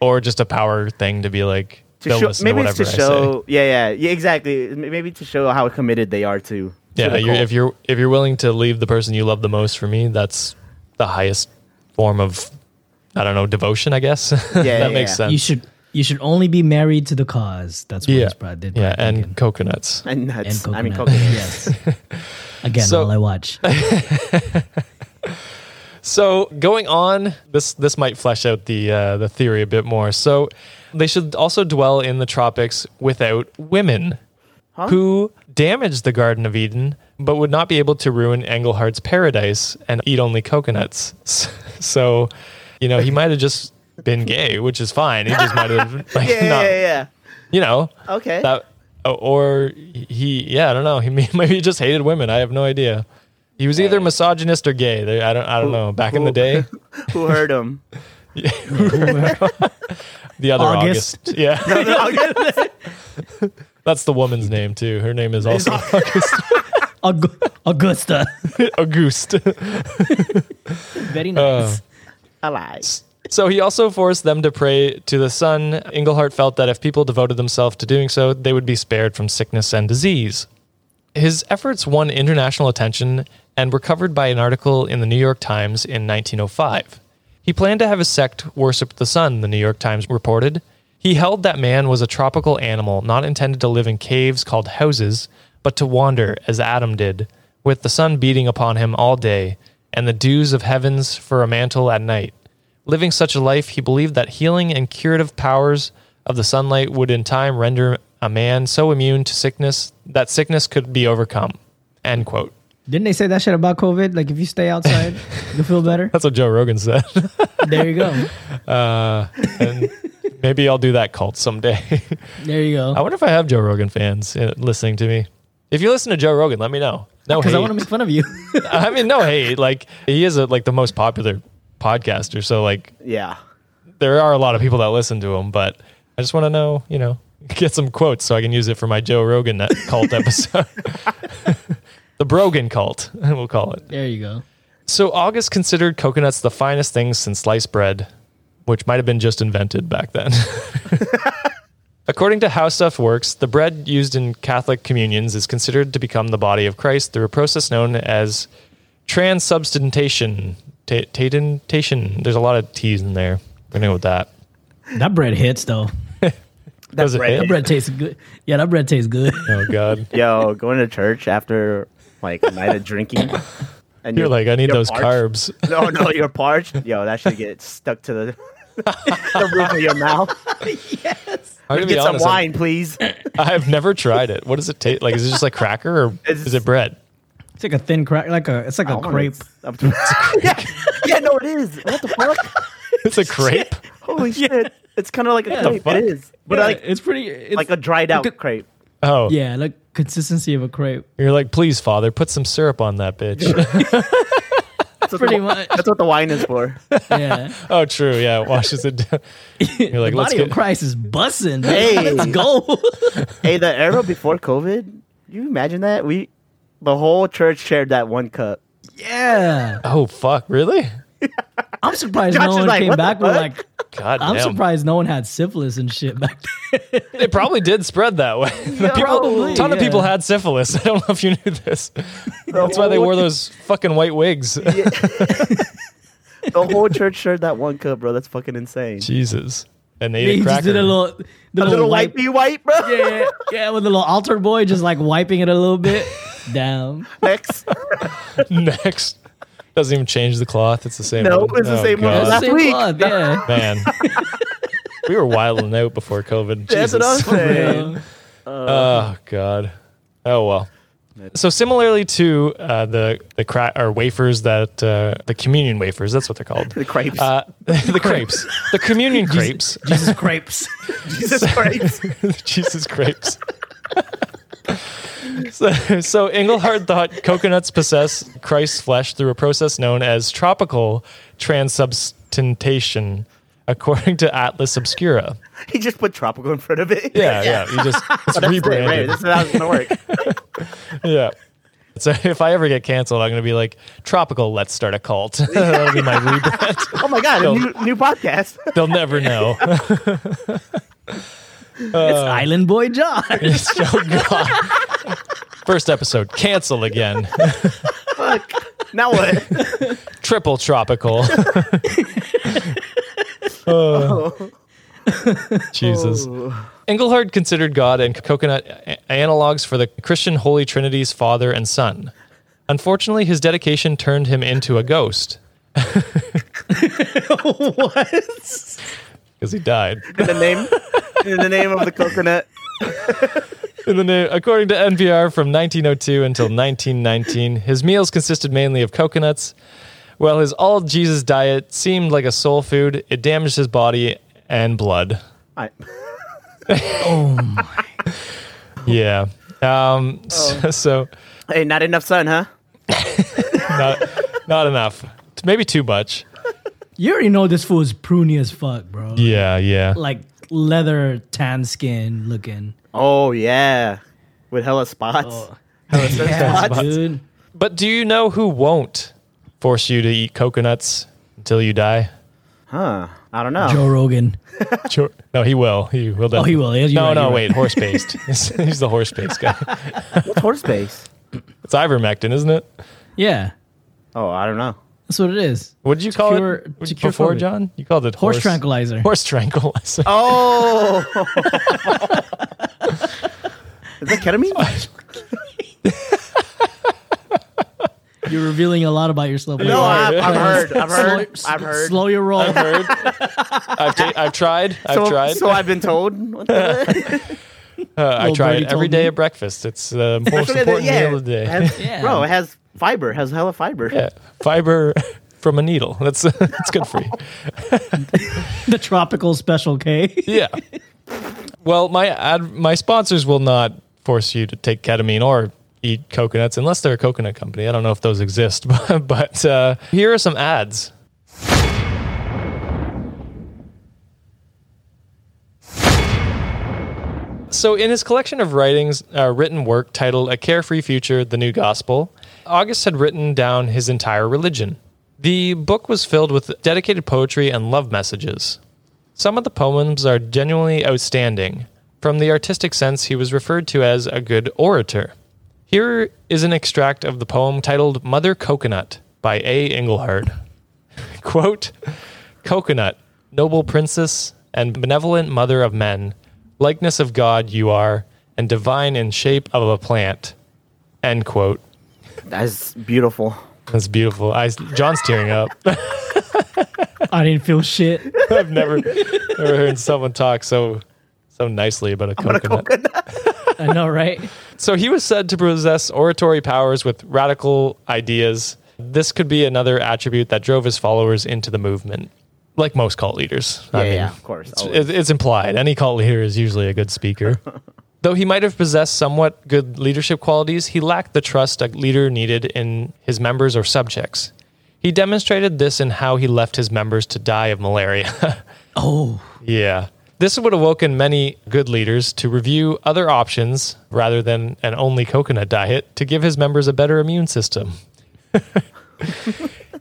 B: or just a power thing to be like
D: to
B: they'll
D: show,
B: listen to
D: maybe it's
B: whatever
D: to
B: I say.
D: show, yeah, yeah, yeah, exactly. M- Maybe to show how committed they are to. to
B: Yeah,
D: the
B: you're,
D: cult.
B: if you're if you're willing to leave the person you love the most for me, that's the highest form of I don't know, devotion, I guess. Yeah, that
D: yeah,
B: makes
D: yeah.
B: sense.
C: You should you should only be married to the cause. That's what
B: yeah.
C: it's probably did.
B: yeah,
C: probably
B: and
C: thinking.
B: coconuts.
D: and nuts.
C: and coconut.
D: I mean, coconut.
C: yes. Again,
B: So-
C: all I watch.
B: So going on, this this might flesh out the uh, the theory a bit more. So they should also dwell in the tropics without women, who damaged the Garden of Eden, but would not be able to ruin Engelhardt's paradise and eat only coconuts. So, you know, he might have just been gay, which is fine. He just might have, like,
D: yeah,
B: not,
D: yeah, yeah,
B: you know,
D: yeah. Okay.
B: that oh, or he yeah i don't know he may- maybe he just hated women i have no idea he was either misogynist or gay They- i don't i don't know back in the day
D: Who heard him?
B: the other august,
C: August.
B: yeah that's the woman's name too her name is also
C: Aug- Augusta.
B: auguste
C: Very nice.
D: I lied.
B: so he also forced them to pray to the sun engelhart felt that if people devoted themselves to doing so they would be spared from sickness and disease His efforts won international attention and were covered by an article in oh the New York Times in 1905. He planned to have his sect worship the sun, the New York Times reported. He He held that man was a tropical animal not intended to live in caves called houses, but to wander as Adam did, with the sun beating upon him all day and the dews of heavens for a mantle at night. Living such a life, he believed that healing and curative powers of the sunlight would in time render a man so immune to sickness that sickness could be overcome. End quote.
C: Didn't they say that shit about COVID? Like if you stay outside, you'll feel better.
B: That's what Joe Rogan said.
C: There you go.
B: and maybe I'll do that cult someday.
C: There you
B: I
C: go.
B: wonder if I have Joe Rogan fans uh, listening to me. If you listen to Joe Rogan, let me know. No
C: Because
B: hate.
C: Oh, I want to make fun of you.
B: I mean, no hate. Like he is a, like the most popular podcaster, so like
D: Yeah.
B: there are a lot of people that listen to him. But I just want to know, you know, get some quotes so I can use it for my Joe Rogan uh, cult episode. the Brogan cult, we'll call it.
C: there you go.
B: So August considered coconuts the finest thing since sliced bread, which might have been just invented back then. According to How Stuff Works, the bread used in Catholic communions is considered to become the body of Christ through a process known as transubstantiation. Ta- tatentation. There's a lot of T's in there. We're going to go with that.
C: That bread hits though.
B: That was a
D: bread
B: hit.
D: hit.
C: Bread tastes good. Yeah, that bread tastes good.
B: Oh, God.
D: Yo, going to church after like a night of drinking. And
B: You're like, I need
D: you're
B: those
D: parched.
B: carbs.
D: No, no, you're parched. Yo, that should get stuck to the, the roof of your mouth.
B: I'm gonna be
D: Get some
B: honest, I'm-
D: wine, please.
B: I've never tried it. What does it taste like? Is it just like cracker or
D: It's-
B: is it bread?
C: It's like a thin crack. Like a. It's like a crepe.
D: I'm- yeah, yeah, no, it is. What the fuck?
B: It's a crepe?
D: Holy shit! It's kind of like a
B: the
D: crepe.
B: fuck?
D: It is, but
C: Yeah,
D: like
C: it's pretty. It's,
D: like a dried out
C: Look at-
D: crepe.
B: Oh.
C: yeah, like consistency of a crepe.
B: You're like, please, father, put some syrup on that bitch.
D: That's what
C: Pretty
D: the,
C: much.
D: That's what the wine is for.
C: Yeah.
B: oh, true. Yeah, it washes it down. You're like,
C: the
B: let's
C: body
B: get.
C: of Christ is bussing.
D: Hey.
C: let's go.
D: hey, the era before COVID. You imagine that we, the whole church shared that one cup.
C: yeah.
B: Oh fuck, really?
C: I'm surprised
D: Josh
C: no
D: is
C: one
D: like,
C: came
D: what the
C: back with
D: fuck?
C: like.
B: God
C: I'm
B: damn.
C: surprised no one had syphilis and shit back then.
B: It probably did spread that way. The people,
C: probably,
B: ton of
C: yeah.
B: people had syphilis. I don't know if you knew this. That's why they wore those fucking white wigs.
D: The whole church shared that one cup, bro. That's fucking insane.
B: Jesus. And they ate
C: He
B: a
C: just
B: cracker.
C: did a little, the
D: A little wipey wipe, bro.
C: Yeah, yeah, with the little altar boy just like wiping it a little bit down.
D: Next.
B: Next. Doesn't even change the cloth. It's the same
D: No,
B: one. Oh,
D: it's the same one.
B: God.
D: Uh, Last
C: Same
D: week.
C: cloth, yeah.
B: Man. we were wilding out before COVID.
D: That's what I'm
B: Jesus.
D: saying.
B: Oh God. Oh well. So similarly to uh, the the cra- or wafers that uh, the communion wafers that's what they're called
D: The crepes.
B: uh, the crepes the communion crepes
C: Jesus crepes.
D: Jesus Christ.
B: Jesus crepes. so, so Engelhard thought coconuts possess Christ's flesh through a process known as tropical transubstantiation, according to Atlas Obscura.
D: he just put tropical in front of it.
B: Yeah, yeah. You just it's
D: That's it,
B: rebranded.
D: right? This is how it's gonna work.
B: Yeah. So if I ever get canceled, I'm gonna be like tropical. Let's start a cult. That'll be my rebrand.
D: Oh my god,
B: Yo.
D: a new, new podcast.
B: They'll never know.
C: it's
D: Uh.
C: Island Boy John.
B: It's so God. First episode cancel again.
D: now what?
B: Triple tropical. Oh. Jesus. Engelhard considered God and coconut a- analogs for the Christian Holy Trinity's Father and Son. Unfortunately, his dedication turned him into a ghost
C: what?
B: because he died.
D: In the name in the name of the coconut.
B: In the name, according to NPR, from 1902 until 1919, his meals consisted mainly of coconuts. While his all Jesus diet seemed like a soul food, it damaged his body and blood.
D: I,
B: Yeah. Um, so, so
D: hey, not enough sun, huh?
B: not, not enough. Maybe too much.
C: You already know this fool is pruny as fuck, bro.
B: Yeah, yeah.
C: Like leather tan skin looking.
D: Oh yeah. With hella spots.
B: Oh.
C: Yeah, dude.
B: But do you know who won't force you to eat coconuts until you die?
D: Huh. I don't know.
C: Joe Rogan.
B: Sure. No, he will. He will.
C: Oh, he will. You're
B: no,
C: right,
B: no,
C: you're
B: wait. Horse based. He's the horse based guy.
D: What's horse base?
B: It's ivermectin, isn't it?
C: Yeah.
D: Oh, I don't know.
C: That's what it is.
B: What did you
C: To
B: call
C: cure-
B: it
C: to cure
B: before,
C: COVID.
B: John? You called it
C: Horse,
B: horse,
C: tranquilizer.
B: Horse tranquilizer.
D: Oh, is that ketamine?
C: You're revealing a lot about yourself.
D: No, I've, I've heard. I've
C: Slow-
D: heard. I've heard.
C: Slow your roll.
B: I've heard. I've, ta- I've tried. I've
D: so,
B: tried.
D: so I've been told. What the-
B: Uh, I
C: Little
B: try
C: birdie
B: it every
C: told
B: day
C: me.
B: at breakfast. It's the most
D: Yeah,
B: important
D: yeah,
B: meal of the
D: it
B: day.
D: has-
C: Yeah.
D: Bro, it has fiber. It has hella fiber.
B: Yeah, fiber from a needle. That's that's good for you.
C: the tropical special K.
B: Yeah. Well, my ad, my sponsors will not force you to take ketamine or eat coconuts unless they're a coconut company. I don't know if those exist, but, but uh, here are some ads. So, in his collection of writings, uh, written work titled A Carefree Future The New Gospel, August had written down his entire religion. The book was filled with dedicated poetry and love messages. Some of the poems are genuinely outstanding. From the artistic sense, he was referred to as a good orator. Here is an extract of the poem titled Mother Coconut by A. Englehart. Quote Coconut, noble princess and benevolent mother of men, likeness of God you are, and divine in shape of a plant. End quote.
D: That's beautiful.
B: That's beautiful. I, John's tearing up.
C: I didn't feel shit.
B: I've never, never heard someone talk so so nicely about a coconut.
C: I know, right?
B: So he was said to possess oratory powers with radical ideas. This could be another attribute that drove his followers into the movement, like most cult leaders.
D: Yeah, yeah, of course,
B: It's,
D: always.
B: it- it's implied. Any cult leader is usually a good speaker. Though he might have possessed somewhat good leadership qualities, he lacked the trust a leader needed in his members or subjects. He demonstrated this in how he left his members to die of malaria.
C: Oh,
B: Yeah. This would awoken many good leaders to review other options rather than an only coconut diet to give his members a better immune system.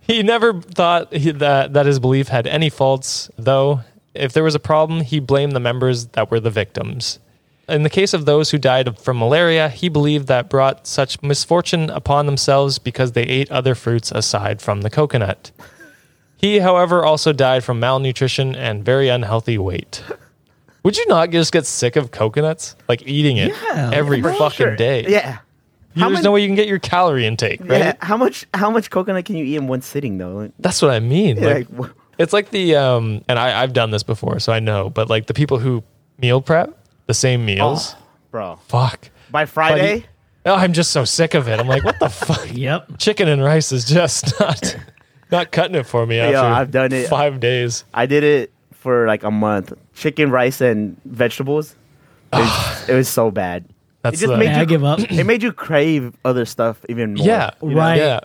B: he never thought he, that, that his belief had any faults, though, if there was a problem, he blamed the members that were the victims. In the case of those who died from malaria, he believed that brought such misfortune upon themselves because they ate other fruits aside from the coconut. He, however, also died from malnutrition and very unhealthy weight. Would you not just get sick of coconuts? Like eating it
C: Yeah.
B: every fucking
D: Sure.
B: day.
D: Yeah.
B: You-
D: How
B: There's
D: many-
B: no way you can get your calorie intake, right?
D: Yeah. How much? How much coconut can you eat in one sitting though?
B: That's what I mean.
D: Yeah,
B: Like,
D: like, wha-
B: it's like the um and I, I've done this before, so I know, but like the people who meal prep the same meals.
D: Bro,
B: Fuck.
D: by
B: But
D: Friday,
B: he- oh, I'm just so sick of it. I'm like, what the fuck?
C: yep.
B: Chicken and rice is just not not cutting it for me after
D: I've done it.
B: five days.
D: I did it for like a month. Chicken, rice, and vegetables. It was, it was so bad.
B: That's
D: just
B: the-
D: made
C: Yeah, I give up.
D: It made you crave other stuff even more.
B: Yeah.
D: you know?
C: Right.
B: Yeah.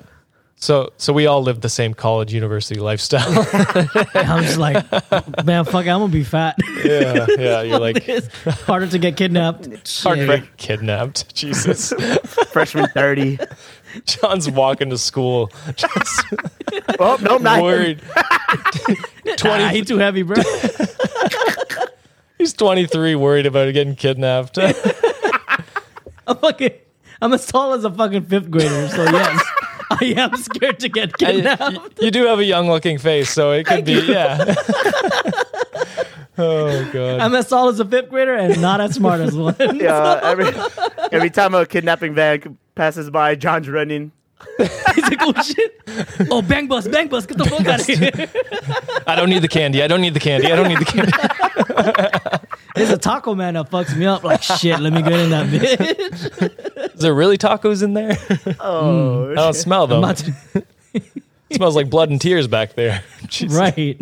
B: So so we all live the same college university lifestyle.
C: I'm just like, man, fuck, I'm gonna be fat.
B: yeah. Yeah. You're like
C: It's harder to get kidnapped.
B: hard
C: Shit.
B: kidnapped. Jesus.
D: Freshman thirty.
B: John's walking to school. Just
D: oh no, not
B: worried.
C: Nah, he too heavy, bro.
B: He's 23, worried about getting kidnapped.
C: I'm fucking. I'm as tall as a fucking fifth grader, so yes, I am scared to get kidnapped.
B: you, you do have a young looking face, so it could be, yeah. oh, God.
C: I'm as tall as a fifth grader and not as smart as one.
D: Yeah, every every time a kidnapping van passes by, John's running.
C: He's like, oh shit. Oh, bang bus, bang bus, get the fuck out of here.
B: I don't need the candy. I don't need the candy. I don't need the candy.
C: There's a taco man that fucks me up. Like, shit, let me get in that bitch.
B: Is there really tacos in there? Hmm.
D: Oh,
B: I don't smell them.
C: I'm not-
B: It smells like blood and tears back there. Jesus.
C: right.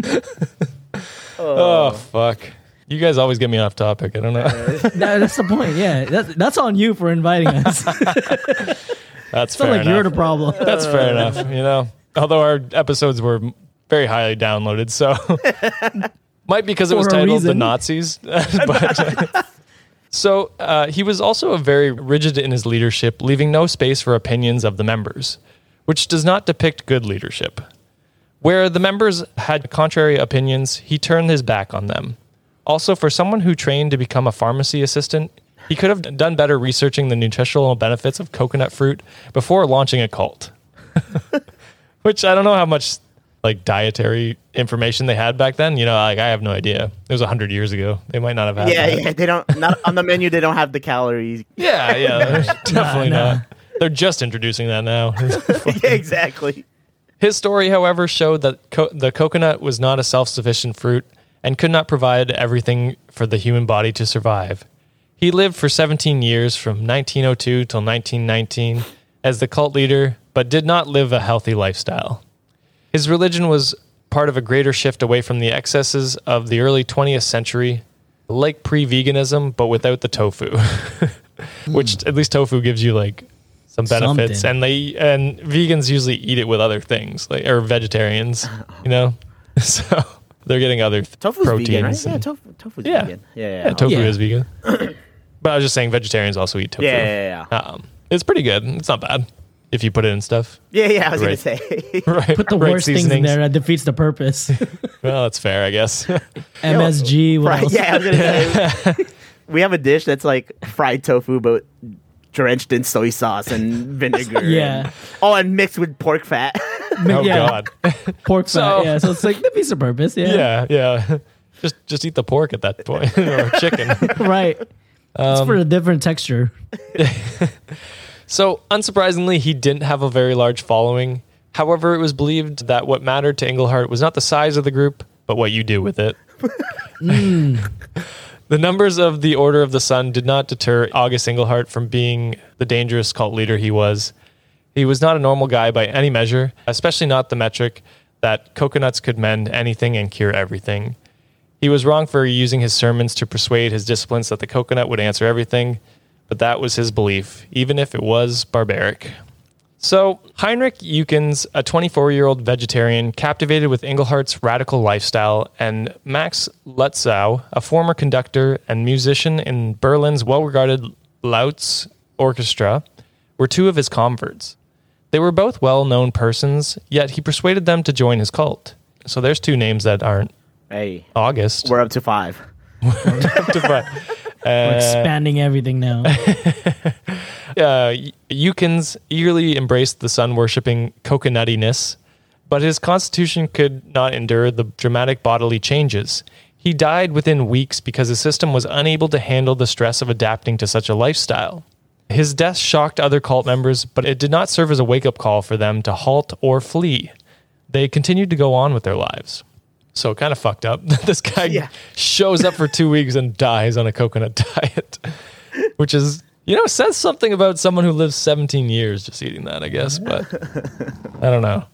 B: Oh, fuck. You guys always get me off topic. I don't know.
C: That- that's the point. Yeah. That's, that's on you for inviting us. It's
B: That's
C: not
B: fair
C: like
B: enough.
C: you're the problem.
B: That's
C: Uh,
B: fair enough. You know, although our episodes were very highly downloaded, so might because it was
C: For a
B: titled "The
C: reason.
B: Nazis." but, so uh, he was also a very rigid in his leadership, leaving no space for opinions of the members, which does not depict good leadership. Where the members had contrary opinions, he turned his back on them. Also, for someone who trained to become a pharmacy assistant, he could have done better researching the nutritional benefits of coconut fruit before launching a cult. which I don't know how much like dietary information they had back then. You know, like I have no idea. It was hundred years ago. They might not have had.
D: Yeah,
B: that.
D: yeah. They don't not on the menu. They don't have the calories.
B: yeah, yeah. definitely not. They're just introducing that now.
D: yeah, exactly.
B: His story, however, showed that co- the coconut was not a self sufficient fruit and could not provide everything for the human body to survive. He lived for 17 years from 1902 till 1919 as the cult leader, but did not live a healthy lifestyle. His religion was part of a greater shift away from the excesses of the early 20th century, like pre veganism, but without the tofu, which
D: Hmm.
B: at least tofu gives you like some benefits
C: Something.
B: and they and vegans usually eat it with other things like or vegetarians you know so they're getting other th-
D: Tofu's
B: proteins
D: vegan, right? Yeah,
B: and-
D: tofu, tofu's
B: Yeah.
D: vegan. Yeah, yeah.
B: yeah, tofu
C: Yeah.
B: is vegan but i was just saying vegetarians also eat tofu
D: Yeah, yeah, yeah.
B: Um, it's pretty good it's not bad if you put it in stuff
D: Yeah, yeah. I was
B: Right.
D: gonna say.
B: right
C: Put the
B: right
C: worst things in
B: seasonings.
C: there that defeats the purpose.
B: well that's fair i guess
C: MSG. What
D: Right,
C: else?
D: yeah, I was gonna say. We have a dish that's like fried tofu, but drenched in soy sauce and vinegar.
C: Yeah.
D: And, oh, and mixed with pork fat.
B: oh
C: yeah.
B: god
C: Pork
B: So-
C: fat. Yeah. So it's like defeats the purpose. Yeah.
B: yeah yeah just just eat the pork at that point or chicken
C: Right. it's for a different texture.
B: So, unsurprisingly, he didn't have a very large following. However, it was believed that what mattered to Englehart was not the size of the group, but what you do with it. the numbers of the Order of the Sun did not deter August Englehart from being the dangerous cult leader he was. He was not a normal guy by any measure, especially not the metric that coconuts could mend anything and cure everything. He was wrong for using his sermons to persuade his disciples that the coconut would answer everything, but that was his belief, even if it was barbaric. So, Heinrich Eukens, a 24 year old vegetarian captivated with Englehart's radical lifestyle, and Max Lutzau, a former conductor and musician in Berlin's well regarded Lautz Orchestra, were two of his converts. They were both well known persons, yet he persuaded them to join his cult. So, there's two names that aren't
D: hey,
B: August.
D: we're up to five.
B: to buy.
C: We're expanding everything now.
B: Uh, Eukins eagerly embraced the sun worshipping coconuttiness, but his constitution could not endure the dramatic bodily changes. He died within weeks because his system was unable to handle the stress of adapting to such a lifestyle. His death shocked other cult members, but it did not serve as a wake up call for them to halt or flee. They continued to go on with their lives. So kind of fucked up. this guy
D: Yeah.
B: shows up for two weeks and dies on a coconut diet, which is you know says something about someone who lives 17 years just eating that, I guess. But I don't know.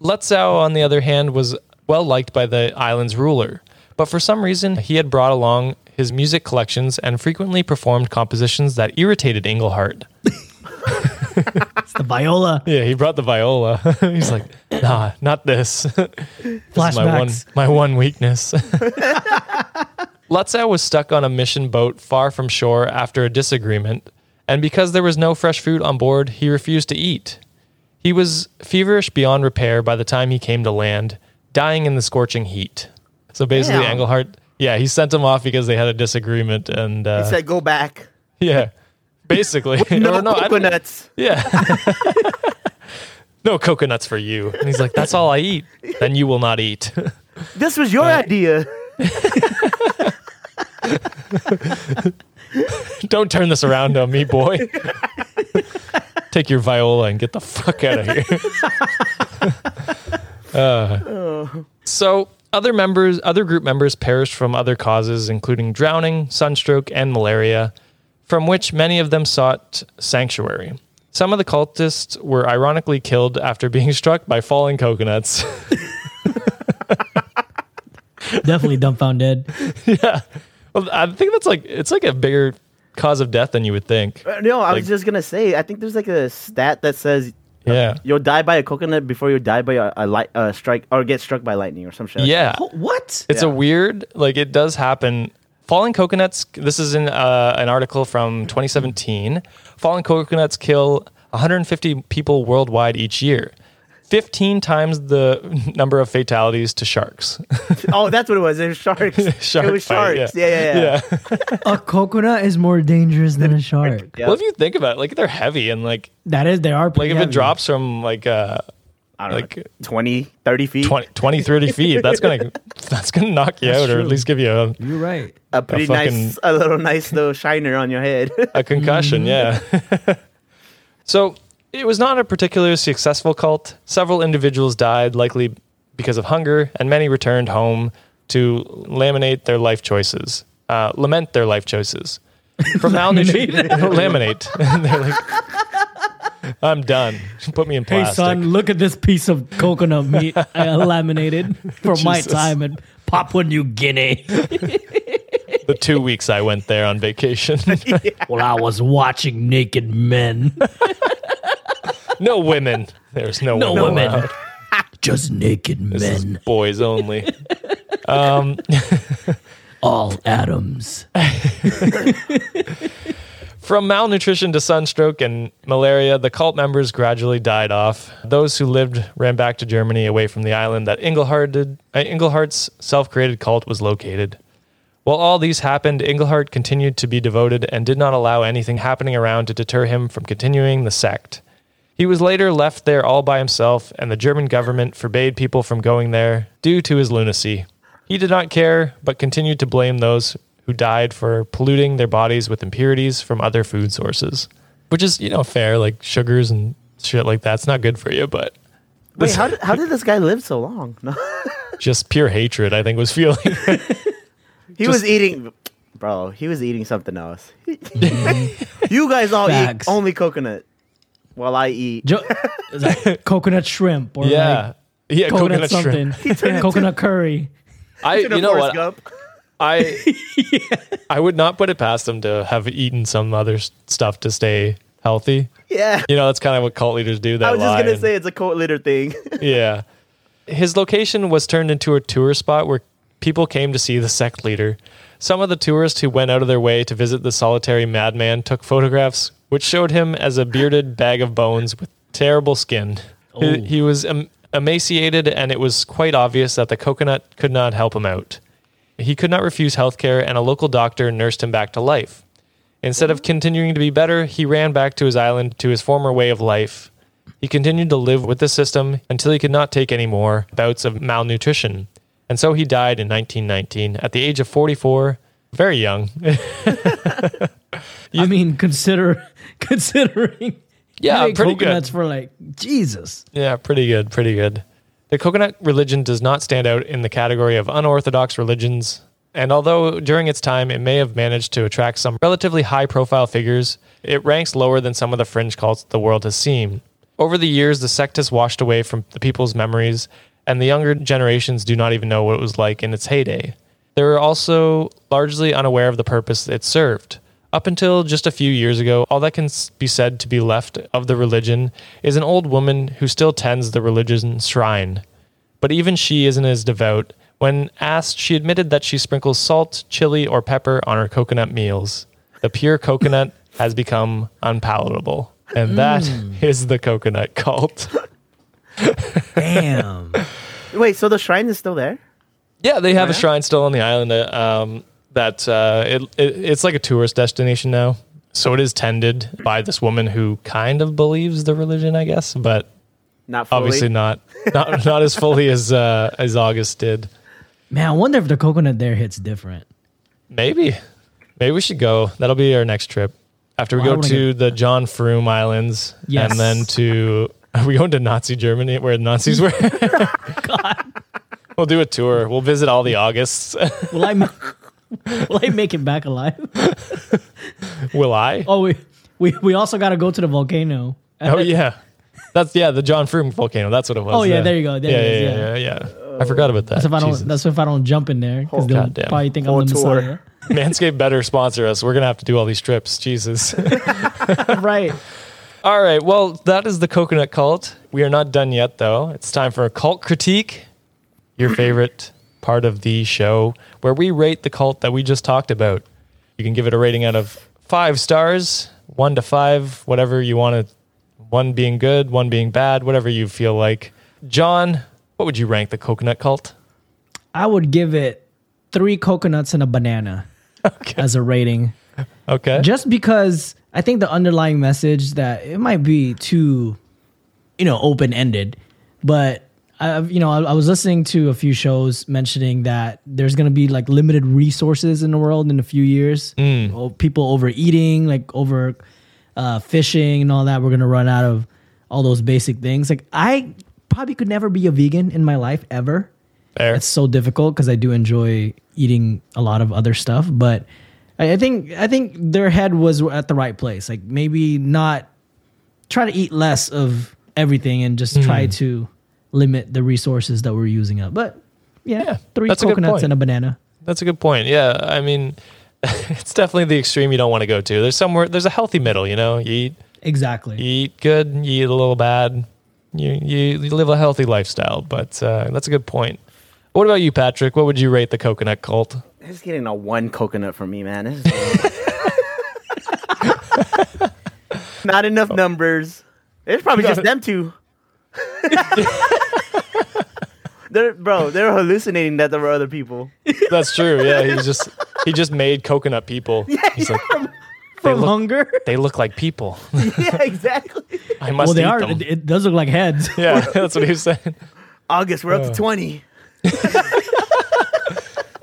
B: Lutzow, on the other hand, was well liked by the island's ruler, but for some reason he had brought along his music collections and frequently performed compositions that irritated Englehart.
C: It's the viola
B: Yeah, he brought the viola. He's like, nah, not this. This is my one
C: flashbacks.
B: my one weakness. Lutzow was stuck on a mission boat far from shore after a disagreement, and because there was no fresh food on board, he refused to eat. He was feverish beyond repair by the time he came to land, dying in the scorching heat. So basically,
D: Damn.
B: Englehart, yeah, he sent him off because they had a disagreement, and uh,
D: He said, "Go back."
B: yeah, basically,
D: No,
B: Or no, I don't-
D: coconuts.
B: yeah. no coconuts for you. And he's like, that's all I eat. Then you will not eat.
D: This was
B: Uh,
D: your idea.
B: Don't turn this around on me, boy. Take your viola and get the fuck out of here. Uh, so other members, other group members perished from other causes, including drowning, sunstroke, and malaria, from which many of them sought sanctuary. Some of the cultists were ironically killed after being struck by falling coconuts.
C: Definitely dumbfound dead.
B: Well, I think that's like it's like a bigger cause of death than you would think.
D: Uh, No, I
B: Like-
D: was just gonna say. I think there's like a stat that says uh,
B: Yeah.
D: you'll die by a coconut before you die by a, a light uh, strike or get struck by lightning or some shit. like
B: Yeah.
C: Oh, what?
B: It's a
D: Yeah.
B: weird like it does happen. Falling coconuts. This is in uh, an article from 2017. Falling coconuts kill 150 people worldwide each year. 15 times the number of fatalities to sharks.
D: that. Oh, that's what it was. It was sharks.
B: Shark
D: it was
B: fight,
D: sharks.
B: yeah.
D: Yeah, yeah, yeah.
C: A coconut is more dangerous than a shark.
D: Yeah.
B: Well, if you think about it, like they're heavy and like
C: That is, they are
B: like
C: pretty
B: if
C: heavy.
B: it drops from like uh
D: I don't
B: Like,
D: know, 20, 30 feet.
B: 20, 20 30 feet. That's gonna that's gonna knock you out, or at
C: true.
B: least give you a,
C: You're right.
D: A pretty nice, a little nice little shiner on your head.
B: a concussion. Yeah. so it was not a particularly successful cult. Several individuals died, likely because of hunger, and many returned home to laminate their life choices, uh, lament their life choices from malnutrition. laminate. And they're like, I'm done. Put me in
C: Hey
B: plastic.
C: son, look at this piece of coconut meat uh, laminated from my
B: Jesus.
C: time in Papua New Guinea.
B: The two weeks I went there on vacation.
C: While I was watching naked men,
B: no women. There's no,
C: no
B: women.
C: women,
B: allowed.
C: just naked
B: This is
C: men,
B: boys only.
C: all atoms.
B: From malnutrition to sunstroke and malaria, the cult members gradually died off. Those who lived ran back to Germany away from the island that Engelharded, uh, Engelhardt's self created cult was located. While all these happened, Engelhardt continued to be devoted and did not allow anything happening around to deter him from continuing the sect. He was later left there all by himself, and the German government forbade people from going there due to his lunacy. He did not care, but continued to blame those who died for polluting their bodies with impurities from other food sources, which is, you know, fair, like sugars and shit like that's not good for you, but
D: Wait, how did, how did this guy live so long? No.
B: just pure hatred, I think, was feeling.
D: He was eating, bro. He was eating something else. you guys all
C: Facts.
D: eat only coconut, while I eat.
C: Jo- is that coconut shrimp or
B: yeah.
C: like
B: yeah,
C: coconut,
B: coconut, shrimp.
C: something, coconut curry.
B: I, you know
D: Forrest
B: what?
D: Gump.
B: I I would not put it past them to have eaten some other s- stuff to stay healthy.
D: Yeah.
B: You know, that's kind of what cult leaders do. That
D: I was just
B: lie
D: gonna
B: and-
D: say it's a coat litter thing.
B: yeah. His location was turned into a tour spot where people came to see the sect leader. Some of the tourists who went out of their way to visit the solitary madman took photographs, which showed him as a bearded bag of bones with terrible skin. He, he was em- emaciated, and it was quite obvious that the coconut could not help him out. He could not refuse health care, and a local doctor nursed him back to life. Instead of continuing to be better, he ran back to his island to his former way of life. He continued to live with the system until he could not take any more bouts of malnutrition. And so he died in 1919 at the age of 44, very young.
C: I mean, consider considering
B: Yeah,
C: having
B: pretty good.
C: coconuts for like Jesus.
B: yeah, pretty good, pretty good. The coconut religion does not stand out in the category of unorthodox religions. And although during its time it may have managed to attract some relatively high profile figures, it ranks lower than some of the fringe cults the world has seen. Over the years, the sect has washed away from the people's memories, and the younger generations do not even know what it was like in its heyday. They were also largely unaware of the purpose it served. Up until just a few years ago, all that can s- be said to be left of the religion is an old woman who still tends the religion shrine. But even she isn't as devout. When asked, she admitted that she sprinkles salt, chili, or pepper on her coconut meals. The pure coconut has become unpalatable. And that is the coconut cult.
C: Damn.
D: Wait, so the shrine is still there?
B: Yeah, they have a shrine still on the island. uh, Um, that uh, it, it it's like a tourist destination now. So it is tended by this woman who kind of believes the religion, I guess, but
D: Not fully.
B: obviously not not not as fully as uh, as August did.
C: Man, I wonder if the coconut there hits different.
B: Maybe maybe we should go. That'll be our next trip after we
C: Well, I
B: go
C: wanna
B: to the John Froome Islands,
C: Yes.
B: and then to are we going to Nazi Germany where the Nazis were? We'll do a tour. We'll visit all the Augusts.
C: Will I? ma- Will I make it back alive?
B: Will I?
C: Oh, we we, we also got to go to the volcano.
B: Oh yeah, that's yeah the John Froome volcano. That's what it was.
C: Oh, yeah, there you go, there
B: yeah,
C: it
B: yeah, yeah, yeah, yeah. I forgot about that.
C: That's if I don't.
B: Jesus.
C: That's if I don't jump in there because
B: Oh,
C: they'll
B: goddamn.
C: probably think I'm
D: Whole
C: the
D: tour.
C: Messiah.
B: Manscaped better sponsor us. We're gonna have to do all these trips. Jesus.
C: right.
B: all right. Well, that is the coconut cult. We are not done yet, though. It's time for a cult critique. Your favorite part of the show, where we rate the cult that we just talked about. You can give it a rating out of five stars, one to five, whatever you want to. One being good, one being bad, whatever you feel like. John, what would you rank the coconut cult?
C: I would give it three coconuts and a banana as a rating,
B: Okay.
C: just because I think the underlying message that it might be too, you know, open ended. But I, you know, I, I was listening to a few shows mentioning that there's going to be like limited resources in the world in a few years. Oh, people overeating, like over uh, fishing and all that. We're going to run out of all those basic things. Like I probably could never be a vegan in my life ever.
B: Fair.
C: It's so difficult because I do enjoy eating a lot of other stuff, but I, I think I think their head was at the right place. Like maybe not try to eat less of everything and just
B: Hmm.
C: try to limit the resources that we're using up. But yeah,
B: Yeah,
C: three
B: that's a good
C: coconuts
B: point.
C: and a banana.
B: That's a good point. Yeah, I mean, it's definitely the extreme you don't want to go to. There's somewhere. There's a healthy middle. You know, you eat,
C: Exactly.
B: you eat good, you eat a little bad. You you, you live a healthy lifestyle. But uh, that's a good point. What about you, Patrick? What would you rate the coconut cult?
D: It's getting a one coconut from me, man. It's- Not enough numbers. It's probably just them two. they're bro, they're hallucinating that there were other people.
B: That's true. Yeah, he just he just made coconut people. He's like,
C: From
B: look-
C: hunger.
B: they look like people.
D: yeah, exactly.
B: I must
C: Well, they
B: eat
C: are.
B: them.
C: It, it does look like heads.
B: yeah, that's what he was saying.
D: August,
B: Uh,
D: we're up to twenty.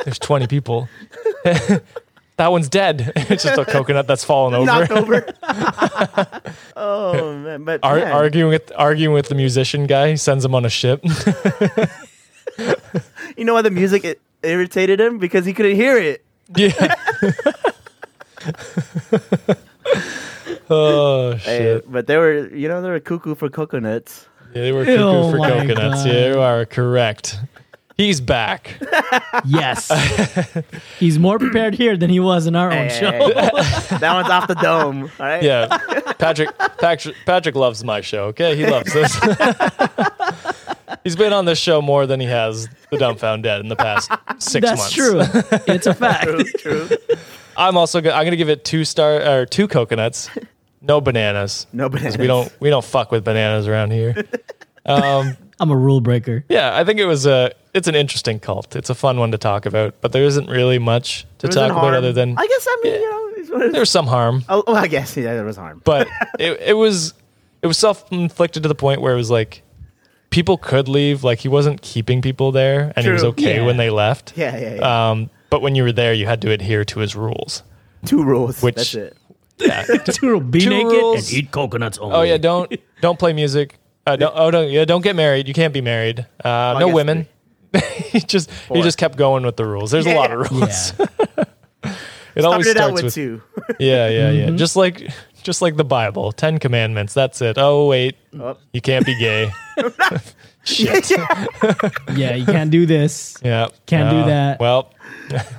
B: There's 20 people. that one's dead. it's just a coconut that's fallen over.
D: Knocked over. oh man, but
B: Ar-
D: man,
B: arguing with arguing with the musician guy he sends him on a ship.
D: you know why the music it irritated him because he couldn't hear it.
B: yeah. oh
D: Hey,
B: shit!
D: but they were, you know, they were cuckoo for coconuts.
B: Yeah, they were cuckoo
C: Oh
B: for
C: my
B: coconuts.
C: God.
B: Yeah, you are correct. He's back.
C: yes. He's more prepared here than he was in our own
D: Hey,
C: show.
D: hey, hey. that one's off the dome. All right.
B: Yeah, Patrick. Patrick. Patrick loves my show. Okay, he loves this. He's been on this show more than he has the dumbfound dead in the past six
C: That's
B: months.
C: true. It's a fact.
D: True. True.
B: I'm also go- I'm gonna give it two star or two coconuts, no bananas.
D: No
B: 'Cause
D: bananas.
B: We don't we don't fuck with bananas around here.
C: I'm a rule breaker.
B: Yeah, I think it was a it's an interesting cult. It's a fun one to talk about, but there isn't really much to
D: There wasn't
B: talk about
D: harm.
B: other than
D: I guess I mean, you know, it's what it
B: there
D: is.
B: was some harm,
D: Oh, well, I guess yeah, there was harm.
B: but it it was it was self inflicted to the point where it was like people could leave. Like he wasn't keeping people there, and he was
D: True.
B: okay
C: Yeah.
B: when they left.
D: yeah, yeah, yeah.
B: Um, but when you were there, you had to adhere to his rules.
D: Two rules.
B: which-
D: That's it.
B: Yeah.
C: Two be
B: Two
C: naked
B: rules.
C: and eat coconuts only.
B: Oh yeah, don't don't play music. Uh, don't, oh don't yeah, don't get married. You can't be married. Uh,
D: I
B: no
D: guess
B: women. he just he
D: Four.
B: just kept going with the rules. There's a lot of
C: Yeah.
B: rules. It always
D: Started out
B: starts
D: with,
B: with
D: two.
B: yeah yeah yeah.
C: Mm-hmm.
B: Just like just like the Bible, Ten Commandments. That's it. Oh wait,
D: Oh.
B: you can't be gay. Shit.
D: yeah.
C: Yeah, you can't do this.
B: Yeah,
C: Can't do
B: Uh,
C: that.
B: Well,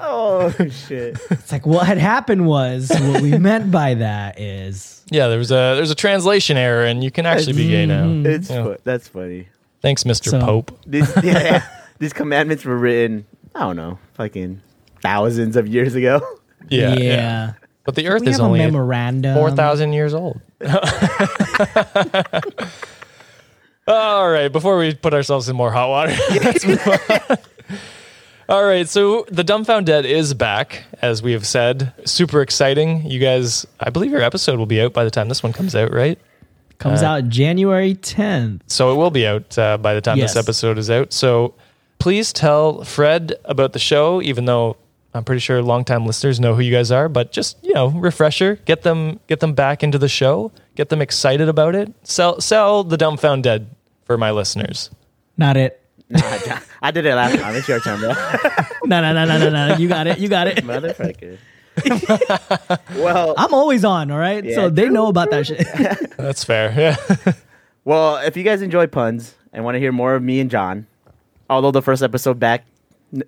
D: Oh shit.
C: It's like what had happened was what we meant by that is
B: yeah. There was a there's a translation error, and you can actually be gay now.
D: Mm. It's fu- that's funny.
B: Thanks, Mister
C: Mm. So-
B: Pope.
D: These, yeah, yeah. These commandments were written. I don't know, fucking thousands of years ago.
B: Yeah, yeah. But the Earth
C: We
B: is
C: have a
B: only
C: memorandum.
B: four thousand years old. All right, before we put ourselves in more hot water, let's move on. All right, so the Dumbfound Dead is back, as we have said. Super exciting. You guys, I believe your episode will be out by the time this one comes out, right? uh,
C: comes out January 10th.
B: So it will be out uh, by the time
C: Yes.
B: this episode is out. So please tell Fred about the show, even though I'm pretty sure longtime listeners know who you guys are. But just you know, refresher, get them get them back into the show, get them excited about it. Sell sell the dumbfound dead for my listeners.
C: Not it.
D: Nah, John, I did it last time. It's your turn, bro.
C: No, no, no, no, no, no. You got it. You got it.
D: Motherfucker. well,
C: I'm always on, all right?
D: Yeah,
C: so they know about that shit.
B: That's fair. Yeah.
D: Well, if you guys enjoy puns and want to hear more of me and John, although the first episode back, n-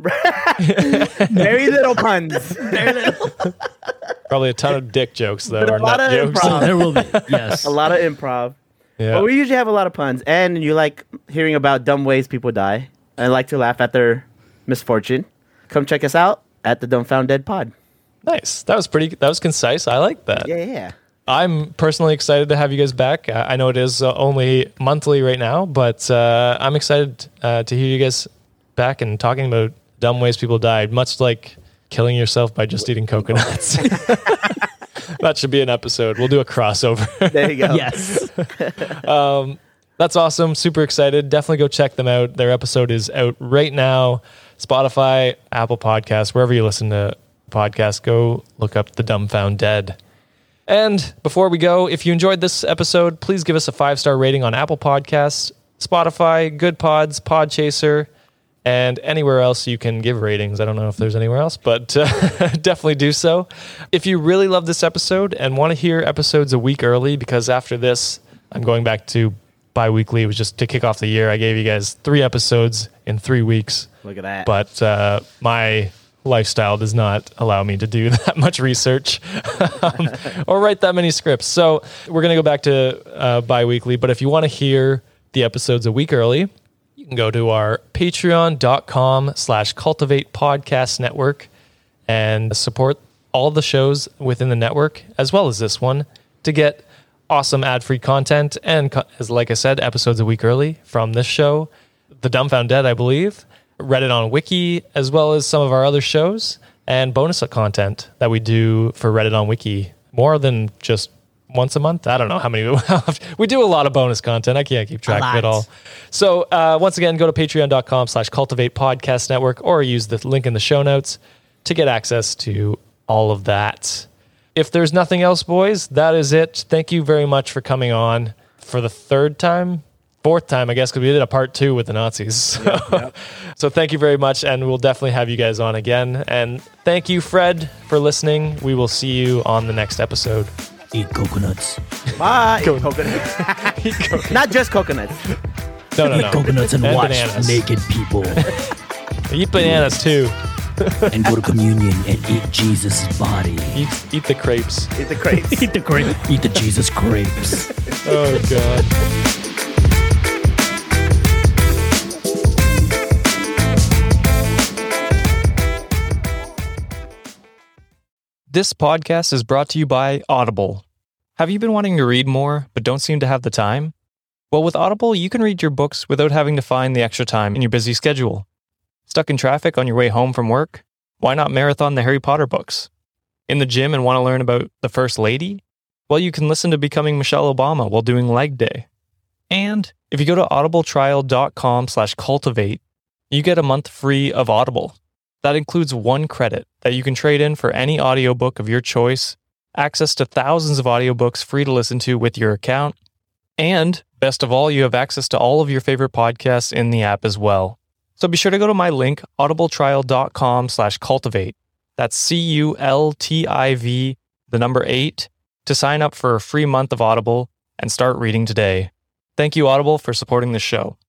D: very little puns. Very little.
B: Probably a ton of dick jokes though, or
D: a lot
B: nut
D: of
B: jokes.
C: so
D: improv.
C: there will be. Yes.
D: A lot of improv.
B: Yeah.
D: But we usually have a lot of puns, and you like hearing about dumb ways people die and like to laugh at their misfortune. Come check us out at the Dumbfound Dead Pod.
B: nice. That was pretty. That was concise. I like that.
D: Yeah, yeah, yeah.
B: I'm personally excited to have you guys back. I I know it is uh, only monthly right now, but uh, I'm excited uh, to hear you guys back and talking about dumb ways people died, much like killing yourself by just eating coconuts. that should be an episode. We'll do a crossover.
D: There you go.
C: yes.
B: That's awesome. Super excited. Definitely go check them out. Their episode is out right now. Spotify, Apple Podcasts, wherever you listen to podcasts, go look up The Dumbfound Dead. And before we go, if you enjoyed this episode, please give us a five star rating on Apple Podcasts, Spotify, Good Pods, Podchaser, and anywhere else you can give ratings. I don't know if there's anywhere else, but uh, definitely do so. If you really love this episode and want to hear episodes a week early, because after this, I'm going back to bi weekly. It was just to kick off the year. I gave you guys three episodes in three weeks.
D: Look at that.
B: But uh, my lifestyle does not allow me to do that much research um, or write that many scripts. So we're going to go back to uh, bi weekly. But if you want to hear the episodes a week early, you can go to our patreon.com slash cultivate podcast network and support all the shows within the network as well as this one to get awesome ad-free content and co- as like i said episodes a week early from this show the dumbfound dead i believe reddit on wiki as well as some of our other shows and bonus content that we do for reddit on wiki more than just once a month i don't know how many we do a lot of bonus content i can't keep track of it
C: lot.
B: all so uh, once again, go to patreon.com slash cultivate podcast network or use the link in the show notes to get access to all of that. If there's nothing else, boys, that is it. Thank you very much for coming on for the third time, fourth time, I guess, because we did a part two with the Nazis. So, so thank you very much. And we'll definitely have you guys on again. And thank you, Fred, for listening. We will see you on the next episode.
C: Eat coconuts.
D: Bye. Coconuts. Not just coconuts.
B: No, no,
C: Eat
B: no.
C: coconuts and,
B: And
C: watch
B: bananas.
C: naked people
B: Eat bananas too.
C: and go to communion and eat Jesus' body.
B: Eat, eat the crepes.
D: It's the crates.
C: Eat the grape. Eat the Jesus grapes.
B: Oh, God. This podcast is brought to you by Audible. Have you been wanting to read more, but don't seem to have the time? Well, with Audible, you can read your books without having to find the extra time in your busy schedule. Stuck in traffic on your way home from work? Why not marathon the Harry Potter books? In the gym and want to learn about the First Lady? Well, you can listen to Becoming Michelle Obama while doing leg day. And if you go to audibletrial.com slash cultivate, you get a month free of Audible. That includes one credit that you can trade in for any audiobook of your choice, access to thousands of audiobooks free to listen to with your account, and best of all, you have access to all of your favorite podcasts in the app as well. So be sure to go to my link, audibletrial.com slash cultivate. That's C U L T I V, the number eight, to sign up for a free month of Audible and start reading today. Thank you, Audible, for supporting this show.